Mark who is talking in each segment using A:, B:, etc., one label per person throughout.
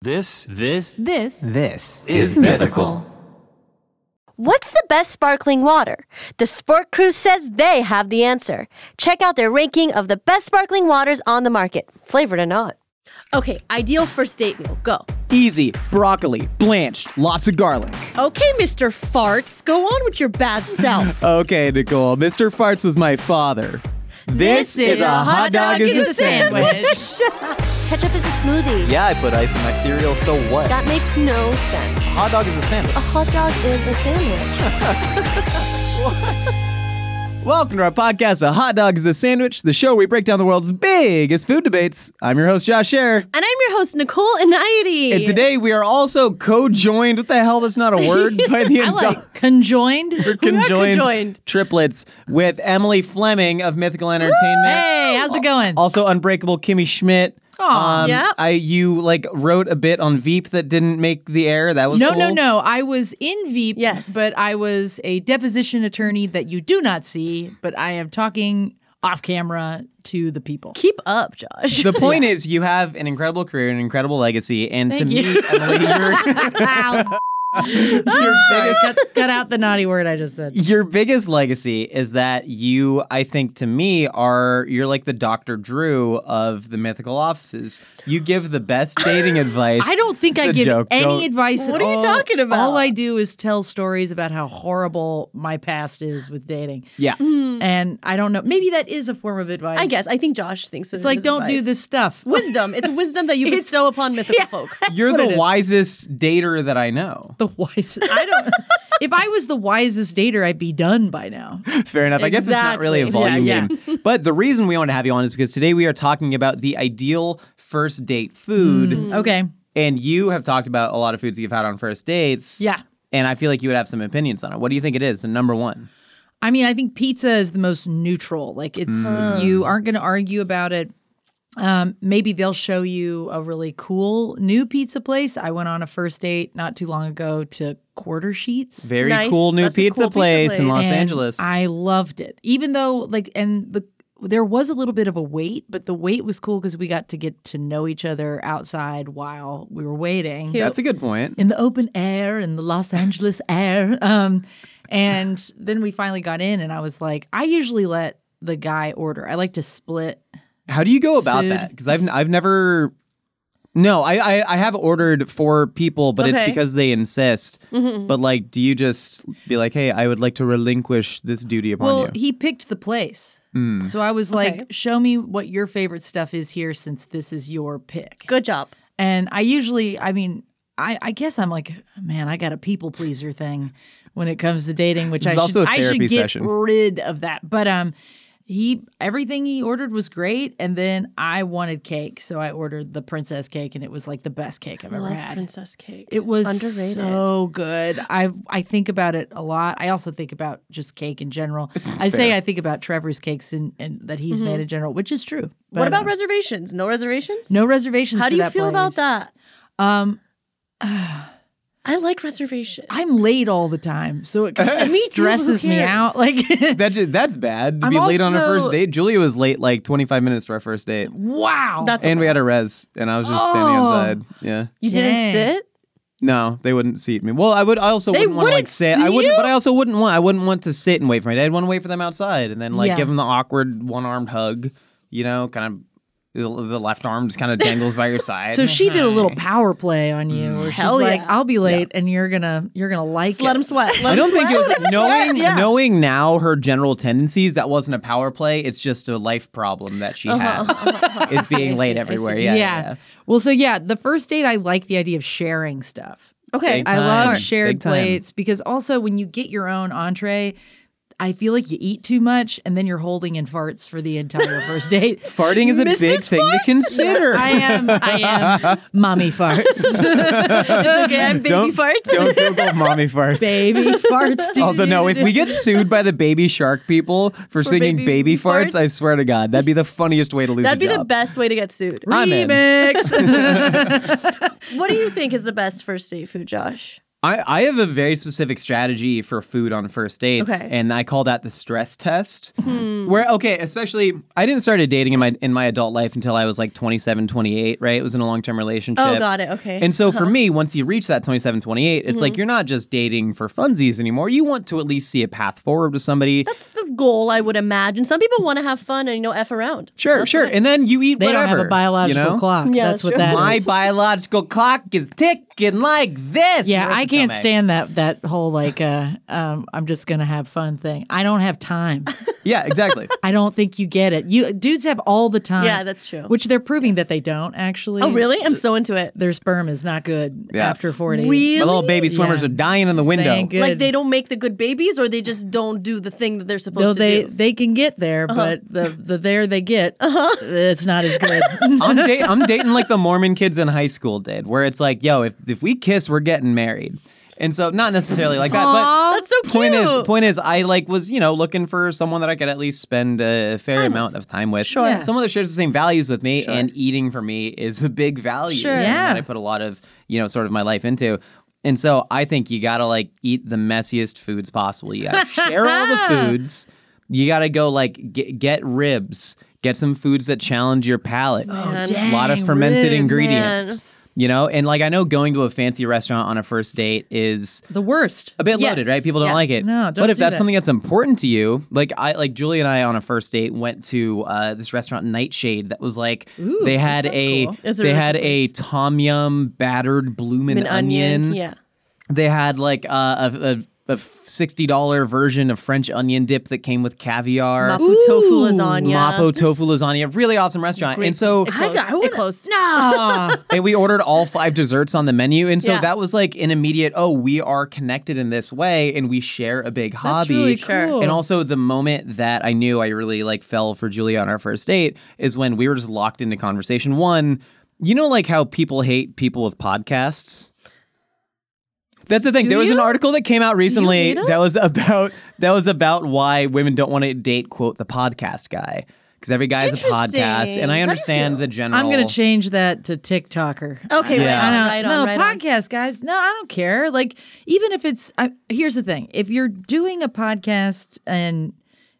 A: This, this
B: This
C: This
A: is mythical.
D: What's the best sparkling water? The Sport Crew says they have the answer. Check out their ranking of the best sparkling waters on the market, flavored or not.
E: Okay, ideal first date meal. Go.
C: easy broccoli, blanched, lots of garlic.
E: Okay, Mr. Farts, go on with your bad self.
C: Okay, Nicole, Mr. Farts was my father. This,
D: Ketchup is a smoothie.
C: Yeah, I put ice in my cereal, so what?
D: That makes no sense.
C: Hot dog is a sandwich.
D: A hot dog is a sandwich.
C: Welcome to our podcast, A Hot Dog is a Sandwich, the show where we break down the world's biggest food debates. I'm your host, Josh Scher.
E: And I'm your host, Nicole Aniety.
C: And today we are also co-joined, what the hell, that's not a word, by the
E: I
C: adult
E: like conjoined. We're
C: conjoined,
E: conjoined.
C: triplets with Emily Fleming of Mythical Entertainment.
F: Hey, how's it going?
C: Also, Unbreakable Kimmy Schmidt.
F: Aw.
C: Um,
E: Yep.
C: I you like wrote a bit on Veep that didn't make the air. That was
F: no,
C: cool.
F: no, no. I was in Veep,
E: Yes.
F: but I was a deposition attorney that you do not see, but I am talking off camera to the people.
E: Keep up, Josh.
C: The point is, you have an incredible career, an incredible legacy, and to me, Emily, your, your biggest
F: cut, cut out the naughty word I just said.
C: your biggest legacy is that you, I think, to me, are you're like the Dr. Drew of the mythical offices. You give the best dating advice.
F: I don't think
C: It's
F: I
C: a
F: give
C: joke.
F: any
C: Don't-
F: advice at
E: What are you
F: all.
E: talking about?
F: All I do is tell stories about how horrible my past is with dating.
C: Yeah,
F: And I don't know. Maybe that is a form of advice.
E: Hmm. I guess. I think Josh thinks
F: It's like, don't do this stuff.
E: Wisdom. It's wisdom that you bestow upon mythical folk.
C: you're
F: what it
C: the
F: is.
C: wisest dater that I know.
F: the wisest. I don't. if I was the wisest dater, I'd be done by now.
C: Fair enough. I guess it's not really a volume
E: Exactly. Yeah,
C: game. But the reason we want to have you on is because today we are talking about the ideal first date food.
E: Hmm.
F: Okay.
C: And you have talked about a lot of foods that you've had on first dates.
F: Yeah.
C: And I feel like you would have some opinions on it. What do you think it is? And number one.
F: I mean, I think pizza is the most neutral. Like, it's
C: Hmm.
E: Hmm.
F: you aren't going to argue about it. Um, maybe they'll show you a really cool new pizza place. I went on a first date not too long ago to Quarter Sheets.
C: Very
E: Nice.
C: cool new
E: That's a cool
C: pizza,
E: pizza
C: place in
E: place.
C: Los
F: And
C: Angeles.
F: I loved it. Even though like and the there was a little bit of a wait, but the wait was cool because we got to get to know each other outside while we were waiting.
C: That's a good point.
F: in the open air in the Los Angeles air. Um, and then we finally got in, and I was like, I usually let the guy order. I like to split.
C: How do you go about
F: Food.
C: that? Because I've I've never no, I, I I have ordered for people, but it's
E: Okay.
C: because they insist.
F: Mm-hmm.
C: But like, do you just be like, "Hey, I would like to relinquish this duty upon
F: Well,
C: you"? Hmm.
F: he picked the place. So I was like,
E: Okay.
F: show me what your favorite stuff is here since this is your pick.
E: Good job.
F: And I usually, I mean, I, I guess I'm like, man, I got a people pleaser thing when it comes to dating, which
C: This
F: I
C: is
F: should,
C: also a
F: I should
C: therapy
F: get
C: session.
F: rid of that. But um, he everything he ordered was great, and then I wanted cake, so I ordered the princess cake, and it was like the best cake I've ever had.
E: princess cake.
F: it was
E: Underrated.
F: so good. I I think about it a lot. I also think about just cake in general. I say I think about Trevor's cakes and, and that he's made in general, which is true. But,
E: Mm-hmm. what about
F: um,
E: reservations? No reservations?
F: no reservations?
E: How
F: for
E: do you
F: that
E: feel about
F: place.
E: that?
F: Um,
E: I like reservations.
F: I'm late all the time, so it kind of
E: Me too, who
F: stresses me
E: cares?
F: out. Like,
C: That ju- that's bad to
F: I'm
C: be late on a
F: also-
C: first date. Julia was late like 25 minutes to our first date.
F: wow,
E: That's
C: And we had a res, and I was just standing
F: Oh.
C: outside. Yeah.
E: you
F: Dang.
E: didn't sit?
C: No, they wouldn't seat me. Well, I would. I also
E: They
C: wouldn't want to like
E: wouldn't
C: sit.
E: seat
C: I wouldn't,
E: you?
C: but I also wouldn't want. I wouldn't want to sit and wait for my dad. I'd want to wait for them outside, and then like
F: Yeah.
C: give them the awkward one-armed hug. You know, kind of the, the left arm just kind of dangles by your side.
F: so she did a little power play on you, where she's
E: Mm. Hell
F: like,
E: yeah.
F: "I'll be late, and you're gonna you're gonna like
E: Let him
F: it."
E: sweat. Let
C: I
E: him
C: don't
E: sweat.
C: think it was
E: Let him
C: knowing
E: sweat. Yeah.
C: knowing now her general tendencies. That wasn't a power play. It's just a life problem that she has. It's being late everywhere. Yeah, yeah. yeah.
F: Well, so yeah, the first date, I like the idea of sharing stuff.
E: Okay.
C: Big
F: I
C: time.
F: love
C: Big
F: shared
C: time.
F: plates because also when you get your own entree, I feel like you eat too much, and then you're holding in farts for the entire first date.
C: Farting is a big thing to consider.
F: I am, I am, mommy farts,
E: okay, I'm baby
C: don't,
E: farts.
C: Don't Google mommy farts.
F: baby farts. dude.
C: Also, no, if we get sued by the baby shark people for, singing baby,
E: baby
C: farts,
E: farts?
C: I swear to God, that'd be the funniest way to lose
E: That'd
C: a
E: be the
C: job.
E: best way to get sued.
C: I'm in.
F: remix.
E: What do you think is the best first date food, Josh?
C: I, I have a very specific strategy for food on first dates,
E: Okay. Hmm.
C: and I call that the stress test. Where, okay, especially, I didn't start dating in my in my adult life until I was like 27, 28, right? It was in a long term relationship.
E: Oh, got it. Okay. Uh-huh. Hmm.
C: And so for me, once you reach that 27, 28, it's like you're not just dating for funsies anymore. You want to at least see a path forward with somebody.
E: That's the goal, I would imagine. Some people want to have fun and, you know, F around.
C: sure, sure. And then you eat
F: They
C: whatever.
F: don't have a biological
C: you know?
F: clock.
E: Yeah,
F: that's
E: that's
F: what
E: true.
F: that is.
C: My
E: My
C: biological clock is ticking like this.
F: yeah,
C: Marissa
F: I can't
C: Tomei.
F: stand that that whole like uh, um, I'm just gonna have fun thing. I don't have time.
C: Yeah, exactly.
F: I don't think you get it. You dudes have all the time.
E: Yeah, that's true.
F: Which they're proving that they don't actually.
E: Oh, really? I'm so into it.
F: Their sperm is not good
C: Yeah.
F: after forty.
E: Really?
C: My little baby swimmers
F: Yeah.
C: are dying in the window.
F: They ain't good.
E: Like they don't make the good babies or they just don't do the thing that they're supposed
F: Though
E: to
F: they,
E: do.
F: they can get there, but the, the there they get, it's not as good.
C: I'm, da- I'm dating like the Mormon kids in high school did, where it's like, yo, if, if we kiss, we're getting married. And so, not necessarily like that, but
E: That's so
C: point
E: cute.
C: is, point is, I like was you know looking for someone that I could at least spend a fair amount of time with. Sure, someone that shares the same values with me, and eating for me is a big value.
E: Sure.
C: It's something
F: Yeah.
C: that I put a lot of you know sort of my life into. And so I think you gotta like eat the messiest foods possible. You gotta share all the foods. You gotta go like get, get ribs, get some foods that challenge your palate. a lot of
F: dang,
C: fermented
F: ribs.
C: ingredients. You know, and like I know going to a fancy restaurant on a first date is
F: the worst.
C: a bit
E: Yes,
C: loaded, right? People don't
E: yes.
C: like it.
F: No, don't
C: but if
F: do
C: that's
F: that.
C: something that's important to you, like I, like Julie and I on a first date went to uh, this restaurant Nightshade that was like they had a
F: cool.
E: It's a
C: they
E: really
C: had
E: good
C: a tom yum battered bloomin'
E: An onion. Yeah.
C: They had like uh, a. a a sixty dollar version of French onion dip that came with caviar,
E: Mapo tofu lasagna.
C: Mapo tofu lasagna, really awesome restaurant. And so
E: Close. it closed.
F: No.
C: and we ordered all five desserts on the menu. And so
E: Yeah.
C: that was like an immediate, oh, we are connected in this way and we share a big hobby.
F: really cool.
C: And also the moment that I knew I really like fell for Julia on our first date is when we were just locked into conversation. One, you know like how people hate people with podcasts? That's the thing. there was an article that came out recently
E: hate us?
C: that was about that was about why women don't want to date quote the podcast guy because every guy has a podcast,
E: Interesting.
C: and
E: How do
C: I
E: you
C: understand
E: feel?
C: the general.
F: I'm going to change that to TikToker.
E: Okay,
C: Yeah.
E: right,
F: I
E: on,
F: know.
E: right
F: no,
E: on, right on.
F: podcast guys. No, I don't care. Like, even if it's, I, here's the thing if you're doing a podcast and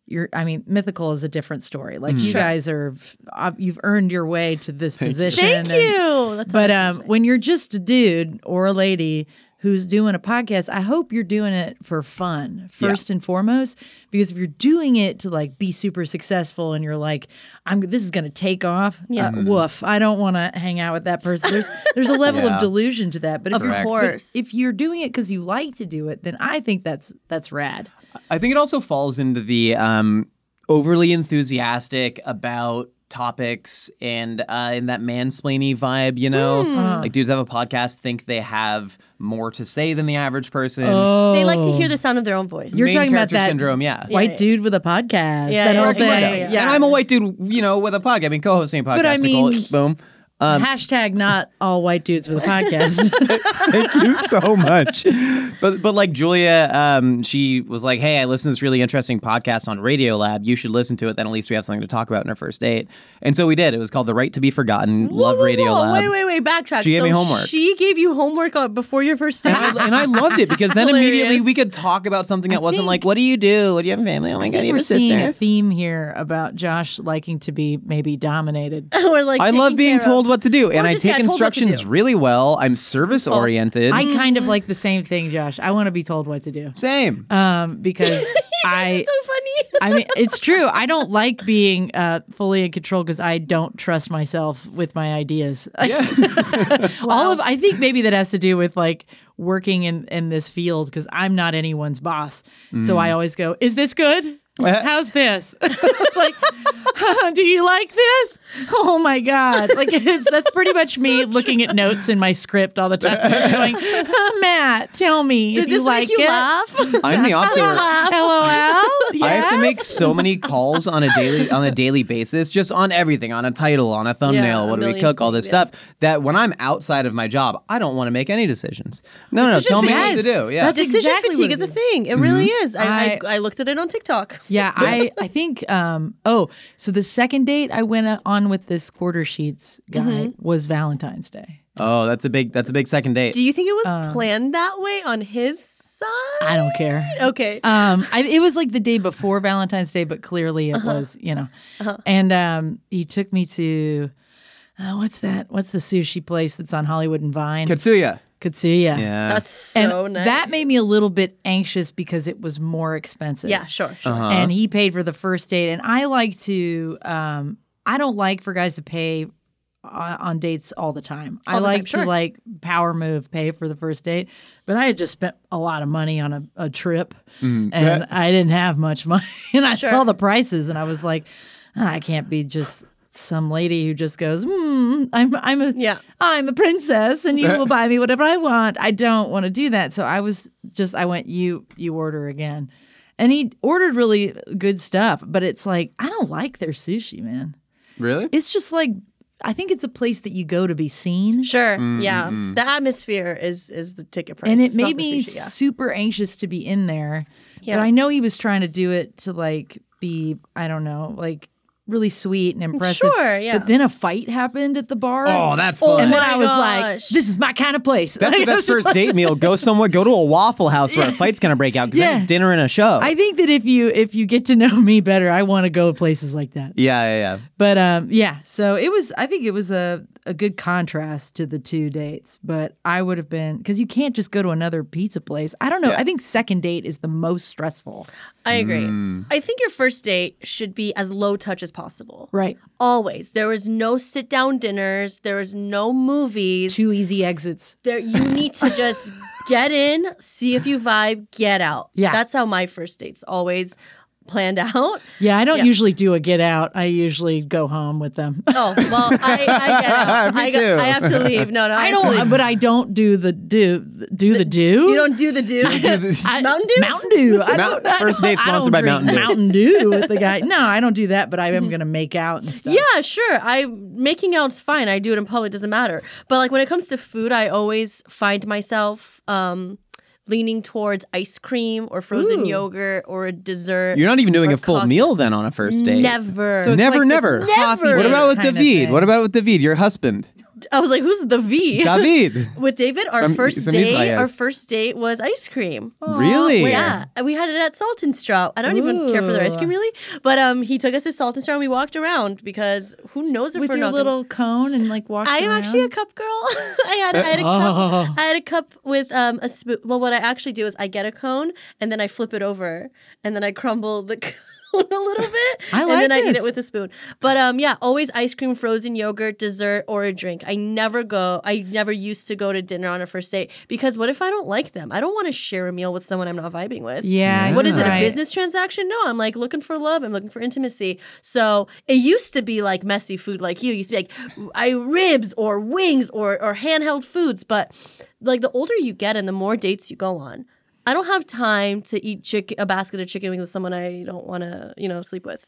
F: you're, I mean, mythical is a different story. Like, you guys are, uh, you've earned your way to this position.
E: Mm. Thank
F: and-
E: you. That's
F: but um, when you're just a dude or a lady who's doing a podcast, I hope you're doing it for fun first and foremost. Because if you're doing it to like be super successful and you're like, I'm this is gonna take off, yeah, woof, I don't want to hang out with that person. There's there's a level
C: Yeah.
F: of delusion to that. But if
E: Of
F: you're,
E: course.
F: if you're doing it because you like to do it, then I think that's that's rad.
C: I think it also falls into the um, overly enthusiastic about topics and uh, in that mansplainy vibe, you know,
F: Hmm.
E: Uh-huh.
C: like dudes have a podcast, think they have more to say than the average person.
E: they like to hear the sound of their own voice.
F: Oh, You're
C: Main
F: talking about
C: character
F: that
C: syndrome, yeah.
F: White
E: yeah.
F: dude with a podcast.
E: Yeah,
F: that
E: yeah,
F: whole
E: yeah, yeah,
F: thing.
E: yeah,
C: And I'm a white dude, you know, with a podcast. I mean, co-hosting a podcast.
F: But I
C: Nicole,
F: mean-
C: boom.
F: Um, Hashtag not all white dudes with a podcast.
C: Thank you so much. But but like Julia, um, she was like, "Hey, I listened to this really interesting podcast on Radio Lab. You should listen to it. Then at least we have something to talk about in our first date." And so we did. It was called "The Right to Be Forgotten."
E: Whoa,
C: Love
E: whoa,
C: Radio
E: whoa.
C: Lab.
E: Wait, wait, wait. Backtrack.
C: She gave
E: so
C: me homework.
E: She gave you homework on, before your first
C: And,
E: time.
C: I, and I loved it because then immediately
E: Hilarious.
C: we could talk about something that wasn't like, "What do you do? What do you have a family? Oh my god, do you
F: we're
C: have a sister."
F: seeing a theme here about Josh liking to be maybe dominated.
E: We're like,
C: I love
E: taken
C: being
E: care
C: told
E: of.
C: what to do, and I
E: just
C: take
E: got told what to
C: instructions
E: do.
C: really well. I'm service oriented.
F: I kind of like the same thing, Josh. I want to be told what to do
C: Same.
F: um, because I.
E: You're so funny.
F: I mean, it's true. I don't like being uh, fully in control because I don't trust myself with my ideas. All of I think maybe that has to do with like working in in this field because I'm not anyone's boss. So
C: Mm.
F: I always go, "Is this good? How's this? like, do you like this? Oh my god! Like it's that's pretty much me looking at notes in my script all the time, going, "Uh, Matt, tell me if
E: Did
F: you
E: this
F: like
E: make you
F: it.
E: laugh?
C: I'm the opposite. where-
F: LOL.
C: I have to make so many calls on a daily on a daily basis, just on everything, on a title, on a thumbnail,
E: a
C: what do we
E: million
C: cook, all this
E: things, yeah.
C: stuff. That when I'm outside of my job, I don't want to make any decisions. No, no, tell me what to
F: fatigue.
C: do. Yeah,
F: That's
E: Decision
F: exactly
E: fatigue
F: what
E: is
F: it Mm-hmm.
E: a thing. It really is. I,
F: I-
E: I I looked at it on TikTok.
F: Yeah, I I think um oh, uh,
E: Mm-hmm.
F: so the second date I went on with this quarter sheets guy was Valentine's Day.
C: Oh, that's a big that's a big second date.
E: Do you think it was planned that way on his side?
F: Uh. I don't care.
E: Okay.
F: Um, I, it was like the day before Valentine's Day, but clearly it
E: Uh-huh.
F: was, you know. And um, he took me to uh, what's that? What's the sushi place that's on Hollywood and Vine?
C: Katsuya.
F: Katsuya.
C: Yeah.
E: That's so
F: And
E: nice.
F: that made me a little bit anxious because it was more expensive.
E: yeah, sure. sure.
F: And he paid for the first date, and I like to. Um, I don't like for guys to pay on, on dates all the time. I
E: the time,
F: like
E: sure.
F: to like power move, pay for the first date. But I had just spent a lot of money on a, a trip, and I didn't have much money. And I saw the prices, and I was like, "Ah, I can't be just. Some lady who just goes, hmm, I'm, I'm a,
E: Yeah.
F: I'm a princess, and you will buy me whatever I want. I don't want to do that. So I was just, I went, you, you order again, and he ordered really good stuff. But it's like, I don't like their sushi, man
C: really?
F: it's just like I think it's a place that you go to be seen.
E: Sure. Yeah. The atmosphere is is the ticket price.
F: mm-hmm. And it
E: It's not
F: made
E: the
F: me
E: sushi, yeah.
F: super anxious to be in there.
E: Yeah.
F: But I know he was trying to do it to like be, I don't know, like really sweet and impressive.
E: Sure, yeah.
F: But then a fight happened at the bar.
C: Oh, that's fun.
F: and then
E: my
F: I was
E: gosh.
F: like, this is my kind of place.
C: that's the best first date meal. Go somewhere, go to a Waffle House where a fight's gonna break out because
F: Yeah.
C: that's dinner and a show.
F: I think that if you if you get to know me better, I want to go to places like that.
C: yeah, yeah, yeah.
F: But um, yeah, so it was. I think it was a, a good contrast to the two dates. But I would have been because you can't just go to another pizza place. I don't know. I think second date is the most stressful.
E: I agree.
F: Mm.
E: I think your first date should be as low touch as possible.
F: Right.
E: Always. There was no sit down dinners. There was no movies.
F: Two easy exits.
E: there, you need to just get in, see if you vibe, get out.
F: Yeah.
E: That's how my first dates always planned out.
F: Yeah, I don't
E: Yeah.
F: usually do a get out. I usually go home with them.
E: Oh, well, I, I get out.
C: Me
E: I,
C: too.
E: I have to leave. No, no.
F: I
E: have to leave.
F: don't, but I don't do the do do the do.
E: You don't do the do.
F: I-
E: Mountain Dew?
F: Mountain Dew. I
C: Mount-
F: don't, I
C: first
F: don't-
C: date
F: I don't
C: sponsored by
F: drink
C: Mountain Dew.
F: Mountain Dew Mm-hmm. with the guy. No, I don't do that. But I am gonna make out and stuff.
E: Yeah, sure. I making out's fine. I do it in public, doesn't matter. But like when it comes to food, I always find myself um leaning towards ice cream or frozen yogurt or a dessert.
C: You're not even doing
E: or
C: a full
E: cocktail.
C: meal then on a first date.
E: Never.
C: So it's Never,
F: the
C: never.
F: coffee
E: Never.
C: What about with
F: kind of
C: David?
F: thing.
C: What about with David, your husband?
E: I was like, who's the V?
C: David.
E: With David, our
C: From-
E: first
C: from
E: date,
C: Israel.
E: our first date was ice cream.
C: really?
E: Yeah, and we had it at Salt and Straw. I don't even care for their ice cream really, but um, he took us to Salt and Straw and we walked around because who knows if
F: with
E: we're
F: your
E: not gonna-
F: little cone and like walking.
E: I am actually a cup girl. I had I had a
F: Oh.
E: cup. I had a cup with um a spoon. Well, what I actually do is I get a cone and then I flip it over and then I crumble the cone a little bit.
F: I
E: and then
F: like
E: I eat it
F: this.
E: with a spoon. But um yeah, always ice cream, frozen yogurt, dessert, or a drink. I never go. I never used to go to dinner on a first date because what if I don't like them? I don't want to share a meal with someone I'm not vibing with.
F: yeah.
E: What is it, a
F: right.
E: business transaction? No, I'm like looking for love. I'm looking for intimacy. So it used to be like messy food, like you. It used to be like I ribs or wings or or handheld foods. But like the older you get and the more dates you go on, I don't have time to eat chick a basket of chicken wings with someone I don't want to you know sleep with.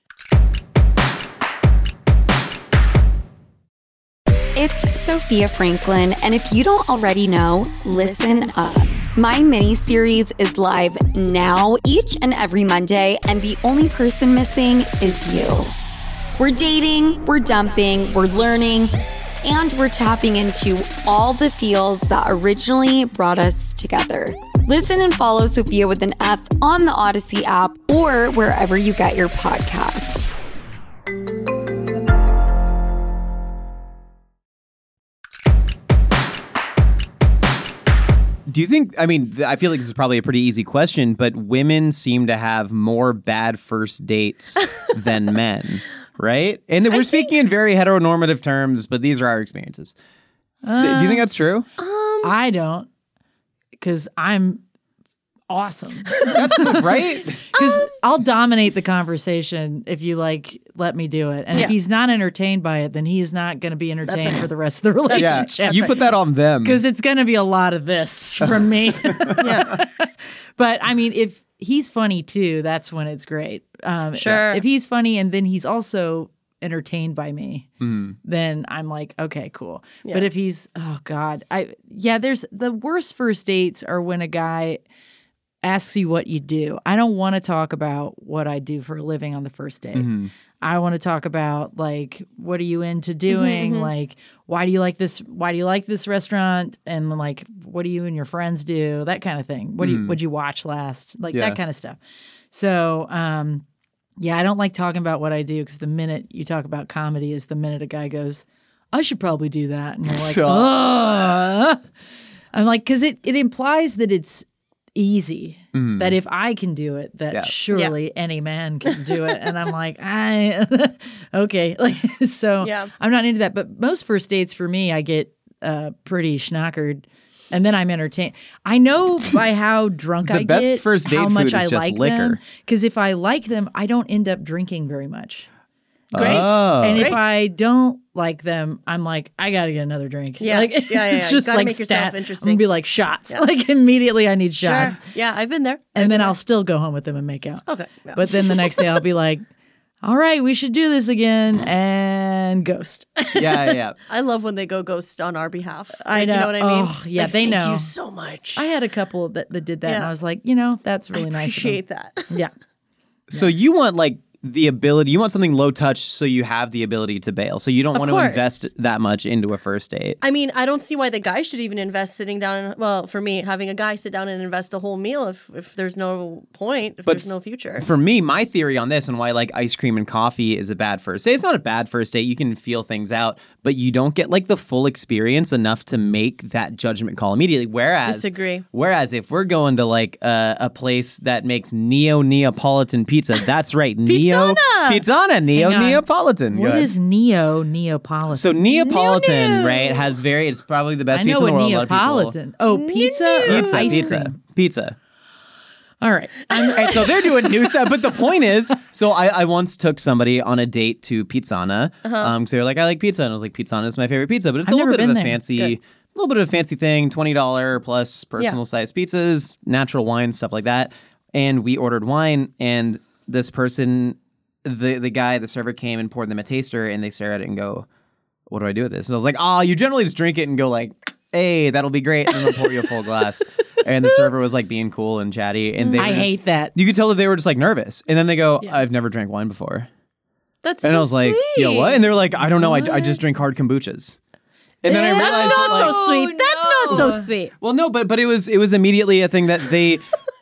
B: It's Sophia Franklin, and if you don't already know, listen up. My mini series is live now each and every Monday, and the only person missing is you. We're dating, we're dumping, we're learning, and we're tapping into all the feels that originally brought us together. Listen and follow Sophia with an F on the Odyssey app or wherever you get your podcasts.
C: Do you think? I mean, th- I feel like this is probably a pretty easy question, but women seem to have more bad first dates than men, right? And that we're speaking in very heteronormative terms, but these are our experiences. Th- Do you think that's true?
F: I don't, because I'm awesome.
E: Um,
C: right?
F: Because I'll dominate the conversation if you like let me do it, and if he's not entertained by it, then he is not going to be entertained for the rest of the
C: Yeah.
F: relationship.
C: You put that on them.
F: because it's going to be a lot of this from me.
E: Yeah.
F: but I mean, if he's funny too, that's when it's great. Um,
E: Sure.
F: If he's funny and then he's also entertained by me, then I'm like, okay, cool. But if he's, oh God, I, yeah, there's the worst first dates are when a guy asks you what you do. I don't want to talk about what I do for a living on the first date. I want to talk about like what are you into doing? Like why do you like this why do you like this restaurant? And like what do you and your friends do? That kind of thing. What do you would you watch last? Like
C: Yeah.
F: that kind of stuff. So um yeah, I don't like talking about what I do because the minute you talk about comedy is the minute a guy goes, I should probably do that. And you're like,
C: oh.
F: Ugh. I'm like, because it, it implies that it's easy. That if I can do it, that
C: Mm-hmm. Yeah.
F: surely any man can do it. and I'm like, I okay. Like so
E: Yeah.
F: I'm not into that. But most first dates for me, I get uh, pretty schnockered. And then I'm entertained. I know by how drunk
C: The
F: I
C: best
F: get
C: first date
F: how
C: food
F: much
C: is
F: I
C: just
F: like
C: liquor.
F: Because if I like them, I don't end up drinking very much.
E: Great.
C: Oh.
F: and if
E: Great.
F: I don't like them, I'm like, I gotta get another drink.
E: Yeah.
F: like,
E: Yeah, yeah, yeah.
F: It's just
E: Gotta
F: like
E: make yourself
F: stat. I'm
E: interesting.
F: gonna be like shots. Like immediately, I need shots,
E: Yeah, I've been there.
F: and then I'll still go home with them and make out.
E: Okay. yeah.
F: But then the next day, I'll be like, all right, we should do this again, and ghost.
C: yeah, yeah, yeah.
E: I love when they go ghost on our behalf.
F: I
E: Like, You
F: know.
E: know what I mean?
F: Oh, yeah,
E: Like,
F: they
E: thank
F: know.
E: you so much.
F: I had a couple that, that did that, and
E: Yeah.
F: I was like, you know, that's really nice. of them.
E: appreciate that.
F: Yeah.
C: So you want like the ability, you want something low touch, so you have the ability to bail. So you don't want
E: course.
C: to invest that much into a first date.
E: I mean, I don't see why the guy should even invest sitting down. And, well, for me, having a guy sit down and invest a whole meal if, if there's no point, if there's no future.
C: For me, my theory on this and why like ice cream and coffee is a bad first date. It's not a bad first date. You can feel things out, but you don't get like the full experience enough to make that judgment call immediately. Whereas
E: Disagree.
C: Whereas if we're going to like a a place that makes neo Neapolitan pizza, that's right, neo pizzana, neo
F: Hang on.
C: Neapolitan. Go
F: What
C: ahead.
F: is neo Neapolitan?
C: so Neapolitan, right, has very. It's probably the best
F: I know
C: pizza in
F: what
C: the world.
F: Neapolitan. Oh, pizza,
C: A lot of people- pizza,
F: or ice
C: pizza,
F: cream.
C: pizza.
F: All right.
C: and so they're doing new stuff. But the point is, so I, I once took somebody on a date to Pizzana. Um 'cause they were like, I like pizza, and I was like, Pizzana is my favorite pizza, but it's
F: Uh-huh. I've
C: a
F: never
C: little bit of a
F: been there.
C: fancy, a little bit of a fancy thing, twenty dollar plus personal size pizzas, natural wine, stuff like that. And we ordered wine, and this person, the the guy, the server came and poured them a taster, and they stare at it and go, what do I do with this? And I was like, oh, you generally just drink it and go like, hey, that'll be great. And then they'll pour you a full glass. And the server was like being cool and chatty. And they
F: I
C: were just-
F: hate that.
C: You could tell that they were just like nervous. And then they go, I've never drank wine before.
E: That's
C: And
E: so
C: I was like,
E: sweet.
C: yo, what? And they were like, I don't know. I, I just drink hard kombuchas. And then I realized that like,
E: so sweet. That's not so sweet.
C: well, no, but but it was it was immediately a thing that they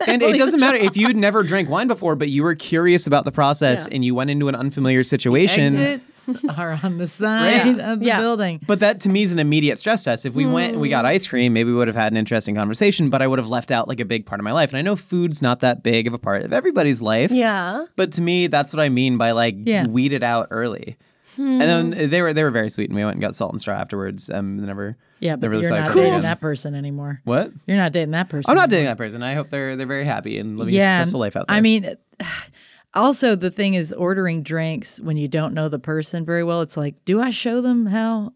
C: and it doesn't matter if you'd never drank wine before, but you were curious about the process and you went into an unfamiliar situation.
F: Exits are on the side
E: Yeah.
F: of the
E: Yeah.
F: building.
C: But that to me is an immediate stress test. If we went and we
F: Mm.
C: got ice cream, maybe we would have had an interesting conversation, but I would have left out like a big part of my life. And I know food's not that big of a part of everybody's life.
E: Yeah.
C: But to me, that's what I mean by like
F: Yeah. Hmm.
C: weed it out early. And then they were they were very sweet, and we went and got salt and straw afterwards. Um, never
F: Yeah, but
C: never
F: you're
C: decided
F: not
C: to go
F: dating
C: again.
F: that person anymore.
C: What?
F: You're not dating that person.
C: I'm not dating that person. I hope they're they're very happy and living a successful life out there.
F: I mean, also the thing is ordering drinks when you don't know the person very well. It's like, do I show them how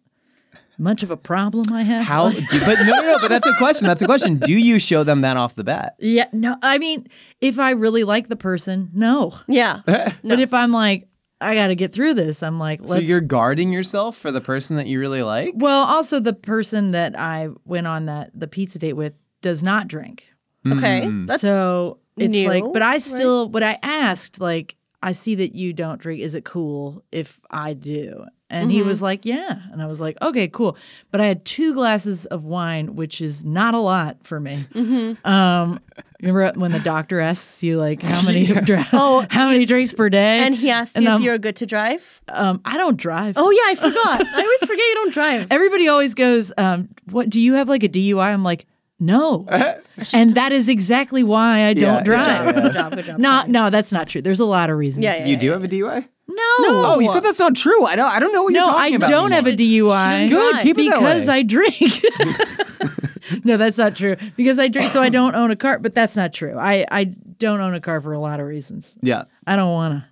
F: much of a problem I have?
C: how? Do, but no, no, no. But that's a question. That's a question. Do you show them that off the bat?
F: Yeah, no. I mean, if I really like the person, no.
E: Yeah.
F: But if I'm like, I got to get through this, I'm like,
C: So
F: let's.
C: you're guarding yourself for the person that you really like.
F: well, also the person that I went on that the pizza date with does not drink.
E: okay.
C: Hmm.
E: That's
F: so it's
E: new,
F: like but i still what i asked like i see that you don't drink is it cool if i do and
E: Mm-hmm.
F: he was like yeah and i was like okay cool but i had two glasses of wine which is not a lot for me
E: Mm-hmm.
F: um remember when the doctor asks you like how many dra- how many drinks per day
E: Oh, and he asked
F: And
E: you
F: I'm-
E: if you're good to drive.
F: um i don't drive
E: Oh yeah, I forgot. I always forget you don't drive.
F: everybody always goes, um, "What do you have like a DUI?" I'm like, "No," and that is exactly why I don't
C: yeah,
F: drive.
E: Good job, good job.
F: No, no, that's not true. There's a lot of reasons.
E: Yeah, yeah,
C: You do have a DUI?
F: Eh. No,
C: Oh, you said that's not true. I don't. I don't know what
F: no,
C: you're
F: I
C: talking about.
F: don't have a DUI.
C: Good, keep it that
F: because
C: way.
F: I drink. no, that's not true. Because I drink, so I don't own a car. But that's not true. I I don't own a car for a lot of reasons.
C: Yeah.
F: I don't wanna.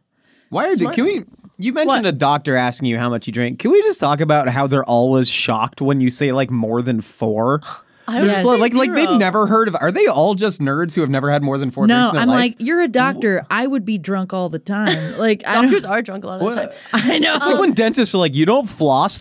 C: Why are can we? You mentioned a doctor asking you how much you drink. Can we just talk about how they're always shocked when you say like more than four?
E: I
C: They're
E: would
C: just
E: say
C: like like
E: zero.
C: they've never heard of. Are they all just nerds who have never had more than four drinks
F: No,
C: in their
F: I'm
C: life?
F: like, you're a doctor. I would be drunk all the time. Like, I don't,
E: Doctors are drunk a lot of the time.
F: I know.
C: it's like when dentists are like, you don't floss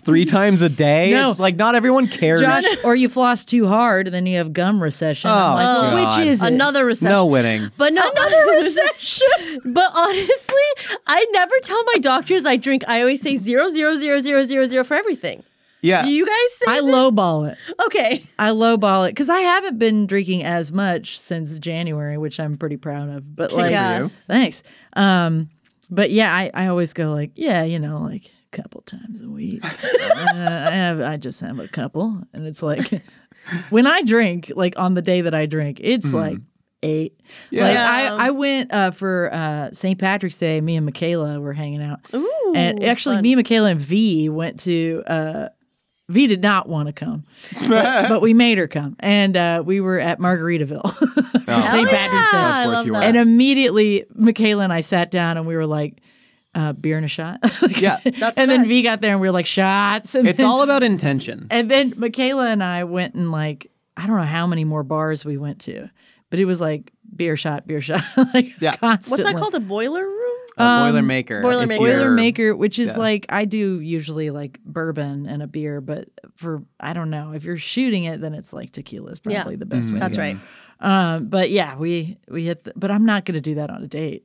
C: three times a day.
F: uh, No.
C: It's like not everyone cares.
F: Josh, or you floss too hard, and then you have gum recession. I'm
C: Oh,
F: like, well,
C: God.
F: which is it?
E: Another recession.
C: no winning.
E: But no, another recession. But honestly, I never tell my doctors I drink. I always say zero, zero, zero, zero, zero, zero for everything.
C: Yeah.
E: Do you guys say?
F: I
E: that?
F: lowball it.
E: okay.
F: I lowball it because I haven't been drinking as much since January, which I'm pretty proud of. But like,
E: Yes.
F: thanks. Um, but yeah, I, I always go like, yeah, you know, like a couple times a week. uh, I have I just have a couple, and it's like when I drink, like on the day that I drink, it's like eight. Like I, I went uh, for uh, St. Patrick's Day. Me and Michaela were hanging out, Ooh, and actually, me, Michaela, and V went to. Uh, V did not want to come, but, but we made her come, and uh, we were at Margaritaville
C: Oh.
F: for St. Patrick's Day.
E: Ah, I
C: of course
E: love
C: you
E: that.
C: are.
F: And immediately, Michaela and I sat down and we were like, uh, beer and a shot.
C: Yeah.
E: That's
F: and then
E: nice.
F: V got there and we were like, shots. And
C: it's
F: then,
C: all about intention.
F: And then Michaela and I went and like, I don't know how many more bars we went to, but it was like beer shot, beer shot. like
C: Yeah.
E: What's
F: constantly.
E: that called? A boiler room?
C: A Uh, Boilermaker.
E: Boilermaker.
C: if you're-
F: Um, Boilermaker, which is like I do usually like bourbon and a beer, but for I don't know if you're shooting it, then it's like tequila is probably the
C: Mm-hmm.
F: best way. to
E: That's
F: go.
E: right.
F: Um, but yeah, we we hit. The, but I'm not gonna do that on a date.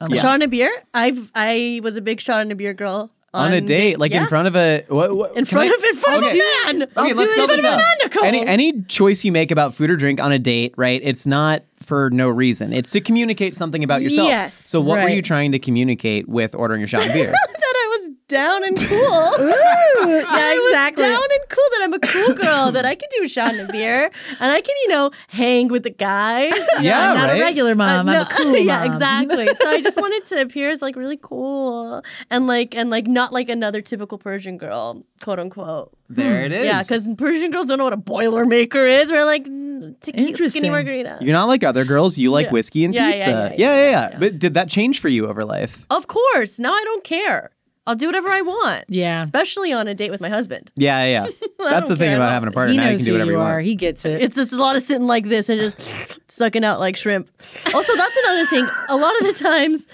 E: A Shot in a beer. Um, I've I was a big shot in a beer girl
C: On a date, like in
E: yeah.
C: front of a what, what,
E: In
C: can I-
E: front of in front
C: Okay.
E: of a man.
C: Okay, let's spell this out. Any
E: Any,
C: any choice you make about food or drink on a date, right? It's not for no reason. It's to communicate something about yourself.
E: Yes,
C: So what were
F: right.
C: you trying to communicate with ordering a shot of beer?
E: that I was down and cool.
F: yeah, exactly.
E: Down and cool that I'm a cool girl that I can do a shot in a beer and I can you know hang with the guys.
C: yeah,
F: I'm not
C: right.
F: a regular mom. I'm a
E: Oh, Uh, No,
F: cool
E: yeah,
F: mom.
E: exactly. So I just wanted to appear as like really cool and like and like not like another typical Persian girl, quote unquote.
C: There it is.
E: Hmm. Yeah, because Persian girls don't know what a boilermaker is. We're like mm, tequila, skinny
F: Interesting.
E: margarita.
C: You're not like other girls. You like whiskey and
E: Yeah, yeah,
C: pizza.
E: yeah, yeah,
C: yeah, yeah. But did that change for you over life?
E: Of course. Now I don't care. I'll do whatever I want.
F: Yeah.
E: Especially on a date with my husband.
C: Yeah, yeah. yeah. That's the
E: don't
C: thing
E: care
C: about
E: at
C: having a partner.
F: He
C: now you
F: knows
C: can do
F: who
C: whatever
F: you
C: you
F: are.
C: want.
F: He gets it.
E: It's just a lot of sitting like this and just sucking out like shrimp. Also, that's another thing. A lot of the times,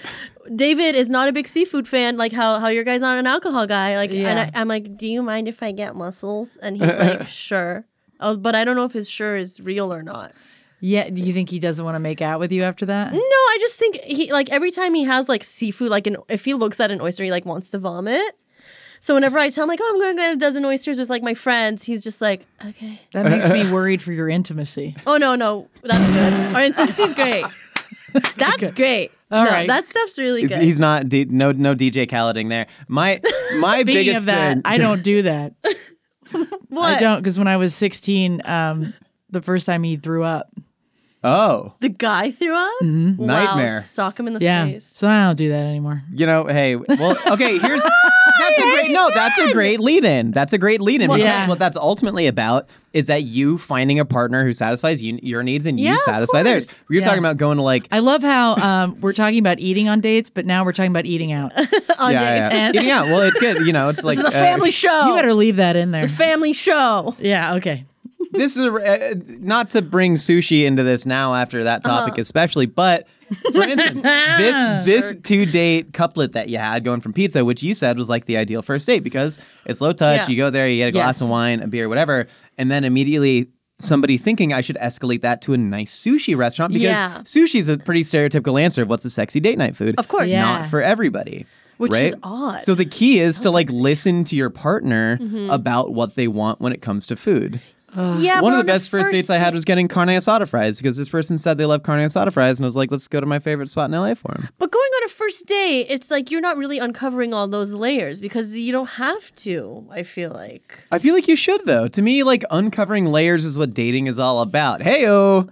E: David is not a big seafood fan, like how, how your guy's not an alcohol guy. Like, and
F: Yeah.
E: I, I'm like, do you mind if I get mussels? And he's like, sure. Oh, but I don't know if his sure is real or not.
F: yeah. Do you think he doesn't want to make out with you after that?
E: No, I just think he like every time he has like seafood, like an if he looks at an oyster, he like wants to vomit. So whenever I tell him like, oh, I'm going to get a dozen oysters with like my friends, he's just like, okay.
F: That makes me worried for your intimacy.
E: Oh no, no, that's good. Our intimacy's great. That's great.
F: All
E: no,
F: right.
E: that stuff's really
C: He's,
E: good.
C: he's not D- no no DJ Khaleding there. My my
F: Speaking
C: biggest
F: of that,
C: thing.
F: I don't do that.
E: what?
F: I don't because when I was 16, um, the first time he threw up.
C: oh,
E: The guy threw up. Wow,
C: Mm-hmm. Nightmare.
E: Sock him in the
F: Yeah.
E: face.
F: So I don't do that anymore.
C: you know, hey, well, okay. Here's that's a great no. That's a great lead in. That's a great lead in because
F: Yeah.
C: what that's ultimately about is that you finding a partner who satisfies you, your needs and
E: Yeah,
C: you
E: of
C: satisfy theirs.
E: course.
C: You're
F: Yeah.
C: talking about going to like
F: I love how um, we're talking about eating on dates, but now we're talking about eating out.
E: On
C: yeah,
E: dates.
C: yeah.
F: And-
C: yeah. Well, it's good. You know, it's like
E: This is a
C: uh,
E: family show.
F: You better leave that in there.
E: family show.
F: Yeah, okay.
C: this is a, uh, not to bring sushi into this now after that
E: Uh-huh.
C: topic especially but for instance this this two date couplet that you had going from pizza which you said was like the ideal first date because it's low touch
E: Yeah.
C: you go there you get a glass
F: Yes.
C: of wine a beer whatever and then immediately somebody thinking i should escalate that to a nice sushi restaurant because
E: Yeah.
C: sushi is a pretty stereotypical answer of what's a sexy date night food
E: Of course.
F: Yeah.
C: not for everybody
E: Which
C: right?
E: is odd. Mm-hmm.
C: So the key is to like listen to your partner about what they want when it comes to food
E: yeah.
C: one
E: but
C: of
E: on
C: the
E: a
C: best first, dates I had
E: date-
C: was getting carne asada fries because this person said they love carne asada fries, and I was like, let's go to my favorite spot in LA for him.
E: But going on a first date, it's like you're not really uncovering all those layers because you don't have to. I feel like.
C: I feel like you should though. To me, like uncovering layers is what dating is all about. Heyo.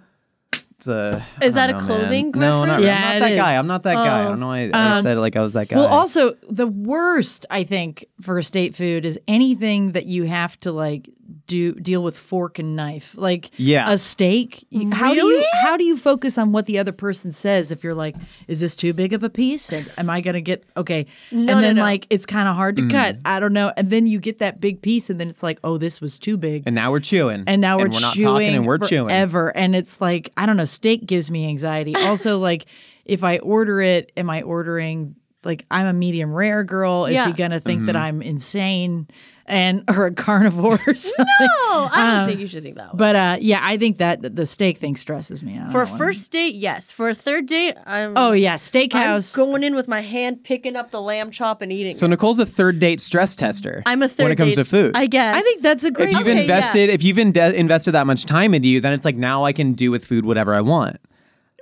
C: It's a. I
E: Is
C: don't
E: that a
C: know,
E: clothing
C: Man. No,
E: reference?
C: not really.
F: Yeah,
C: I'm
F: it
C: not that guy.
F: is.
C: I'm not that guy. I don't know. Why I,
E: Um,
C: said it like I was that guy.
F: Well, also the worst I think for a state food is anything that you have to like do deal with fork and knife. Like
C: Yeah.
F: a steak. you- How do you how do you focus on what the other person says if you're like, is this too big of a piece? And am I gonna get okay? and then
E: no.
F: like it's kind of hard to cut. I don't know. And then you get that big piece, and then it's like, oh, this was too big.
C: And now we're chewing.
F: and now we're,
C: we're not
F: chewing
C: talking and we're chewing.
F: forever. And it's like I don't know. Steak gives me anxiety. Also, like if I order it, am I ordering? Like I'm a medium rare girl. Is he
E: Yeah.
F: gonna think that I'm insane and or a carnivore? Or something?
E: Oh, I
C: Um,
E: don't think you should think that way.
F: But uh, yeah, I think that the steak thing stresses me out.
E: For a first date, yes. For a third date, I'm
F: oh yeah,
E: I'm
F: steakhouse.
E: going in with my hand, picking up the lamb chop and eating.
C: so
E: it.
C: Nicole's a third date stress tester.
E: I'm a third
C: when it comes
E: date-
C: to food.
E: I guess.
F: I think that's a great.
C: if you've
E: Okay, yeah.
C: invested, if you've inde- invested that much time into you, then it's like now I can do with food whatever I want.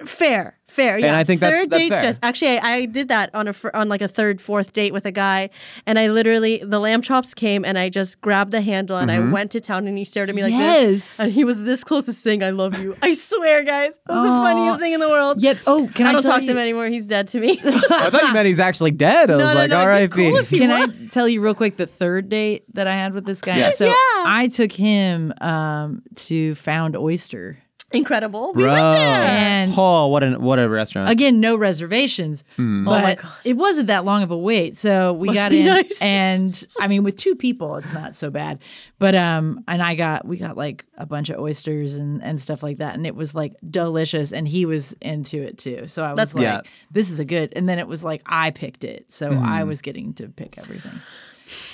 E: fair, fair. Yeah.
C: I think
E: third
C: that's- that's
E: date's
C: fair.
E: just actually I, I did that on a fir- on like a third, fourth date with a guy, and I literally the lamb chops came and I just grabbed the handle and
C: Mm-hmm.
E: I went to town and he stared at me like
F: Yes.
E: this, and he was this close to saying "I love you." I swear, guys, it was the funniest thing in the world.
F: Yet, oh, can I,
E: I don't
F: tell
E: talk
F: you,
E: to him anymore. He's dead to me.
C: I thought you meant he's actually dead. I was
E: no,
C: like,
E: no, it'd be
C: all right,
E: cool if you
F: Can I tell you real quick the third date that I had with this guy?
C: Yes.
F: So I took him um, to Found Oyster.
E: Incredible. We went there.
C: Bro,
F: And-
C: Paul, what an what a restaurant!
F: Again, no reservations.
E: Oh
F: But it wasn't that long of a wait. So we got
E: be
F: in
E: nice.
F: and I mean with two people it's not so bad. But um and I got we got like a bunch of oysters and, and stuff like that. And it was like delicious and he was into it too. So I was
E: That's
F: like,
E: good.
C: Yeah.
F: this is a good and then it was like I picked it. So I was getting to pick everything.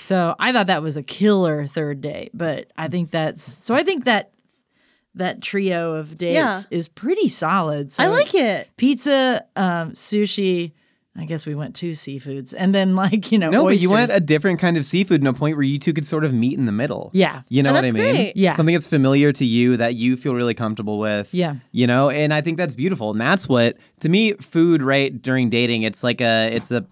F: So I thought that was a killer third date, but I think that's so I think that that trio of dates
E: Yeah.
F: is pretty solid. So
E: I like it.
F: pizza, um, sushi. I guess we went two seafoods, and then like you know,
C: no, but
F: oysters.
C: you want a different kind of seafood and a point where you two could sort of meet in the middle.
F: Yeah.
C: you know
E: And
C: what I
E: that's
C: mean.
E: great.
F: Yeah.
C: something that's familiar to you that you feel really comfortable with.
F: Yeah.
C: you know, and I think that's beautiful, and that's what to me food right during dating. It's like a it's a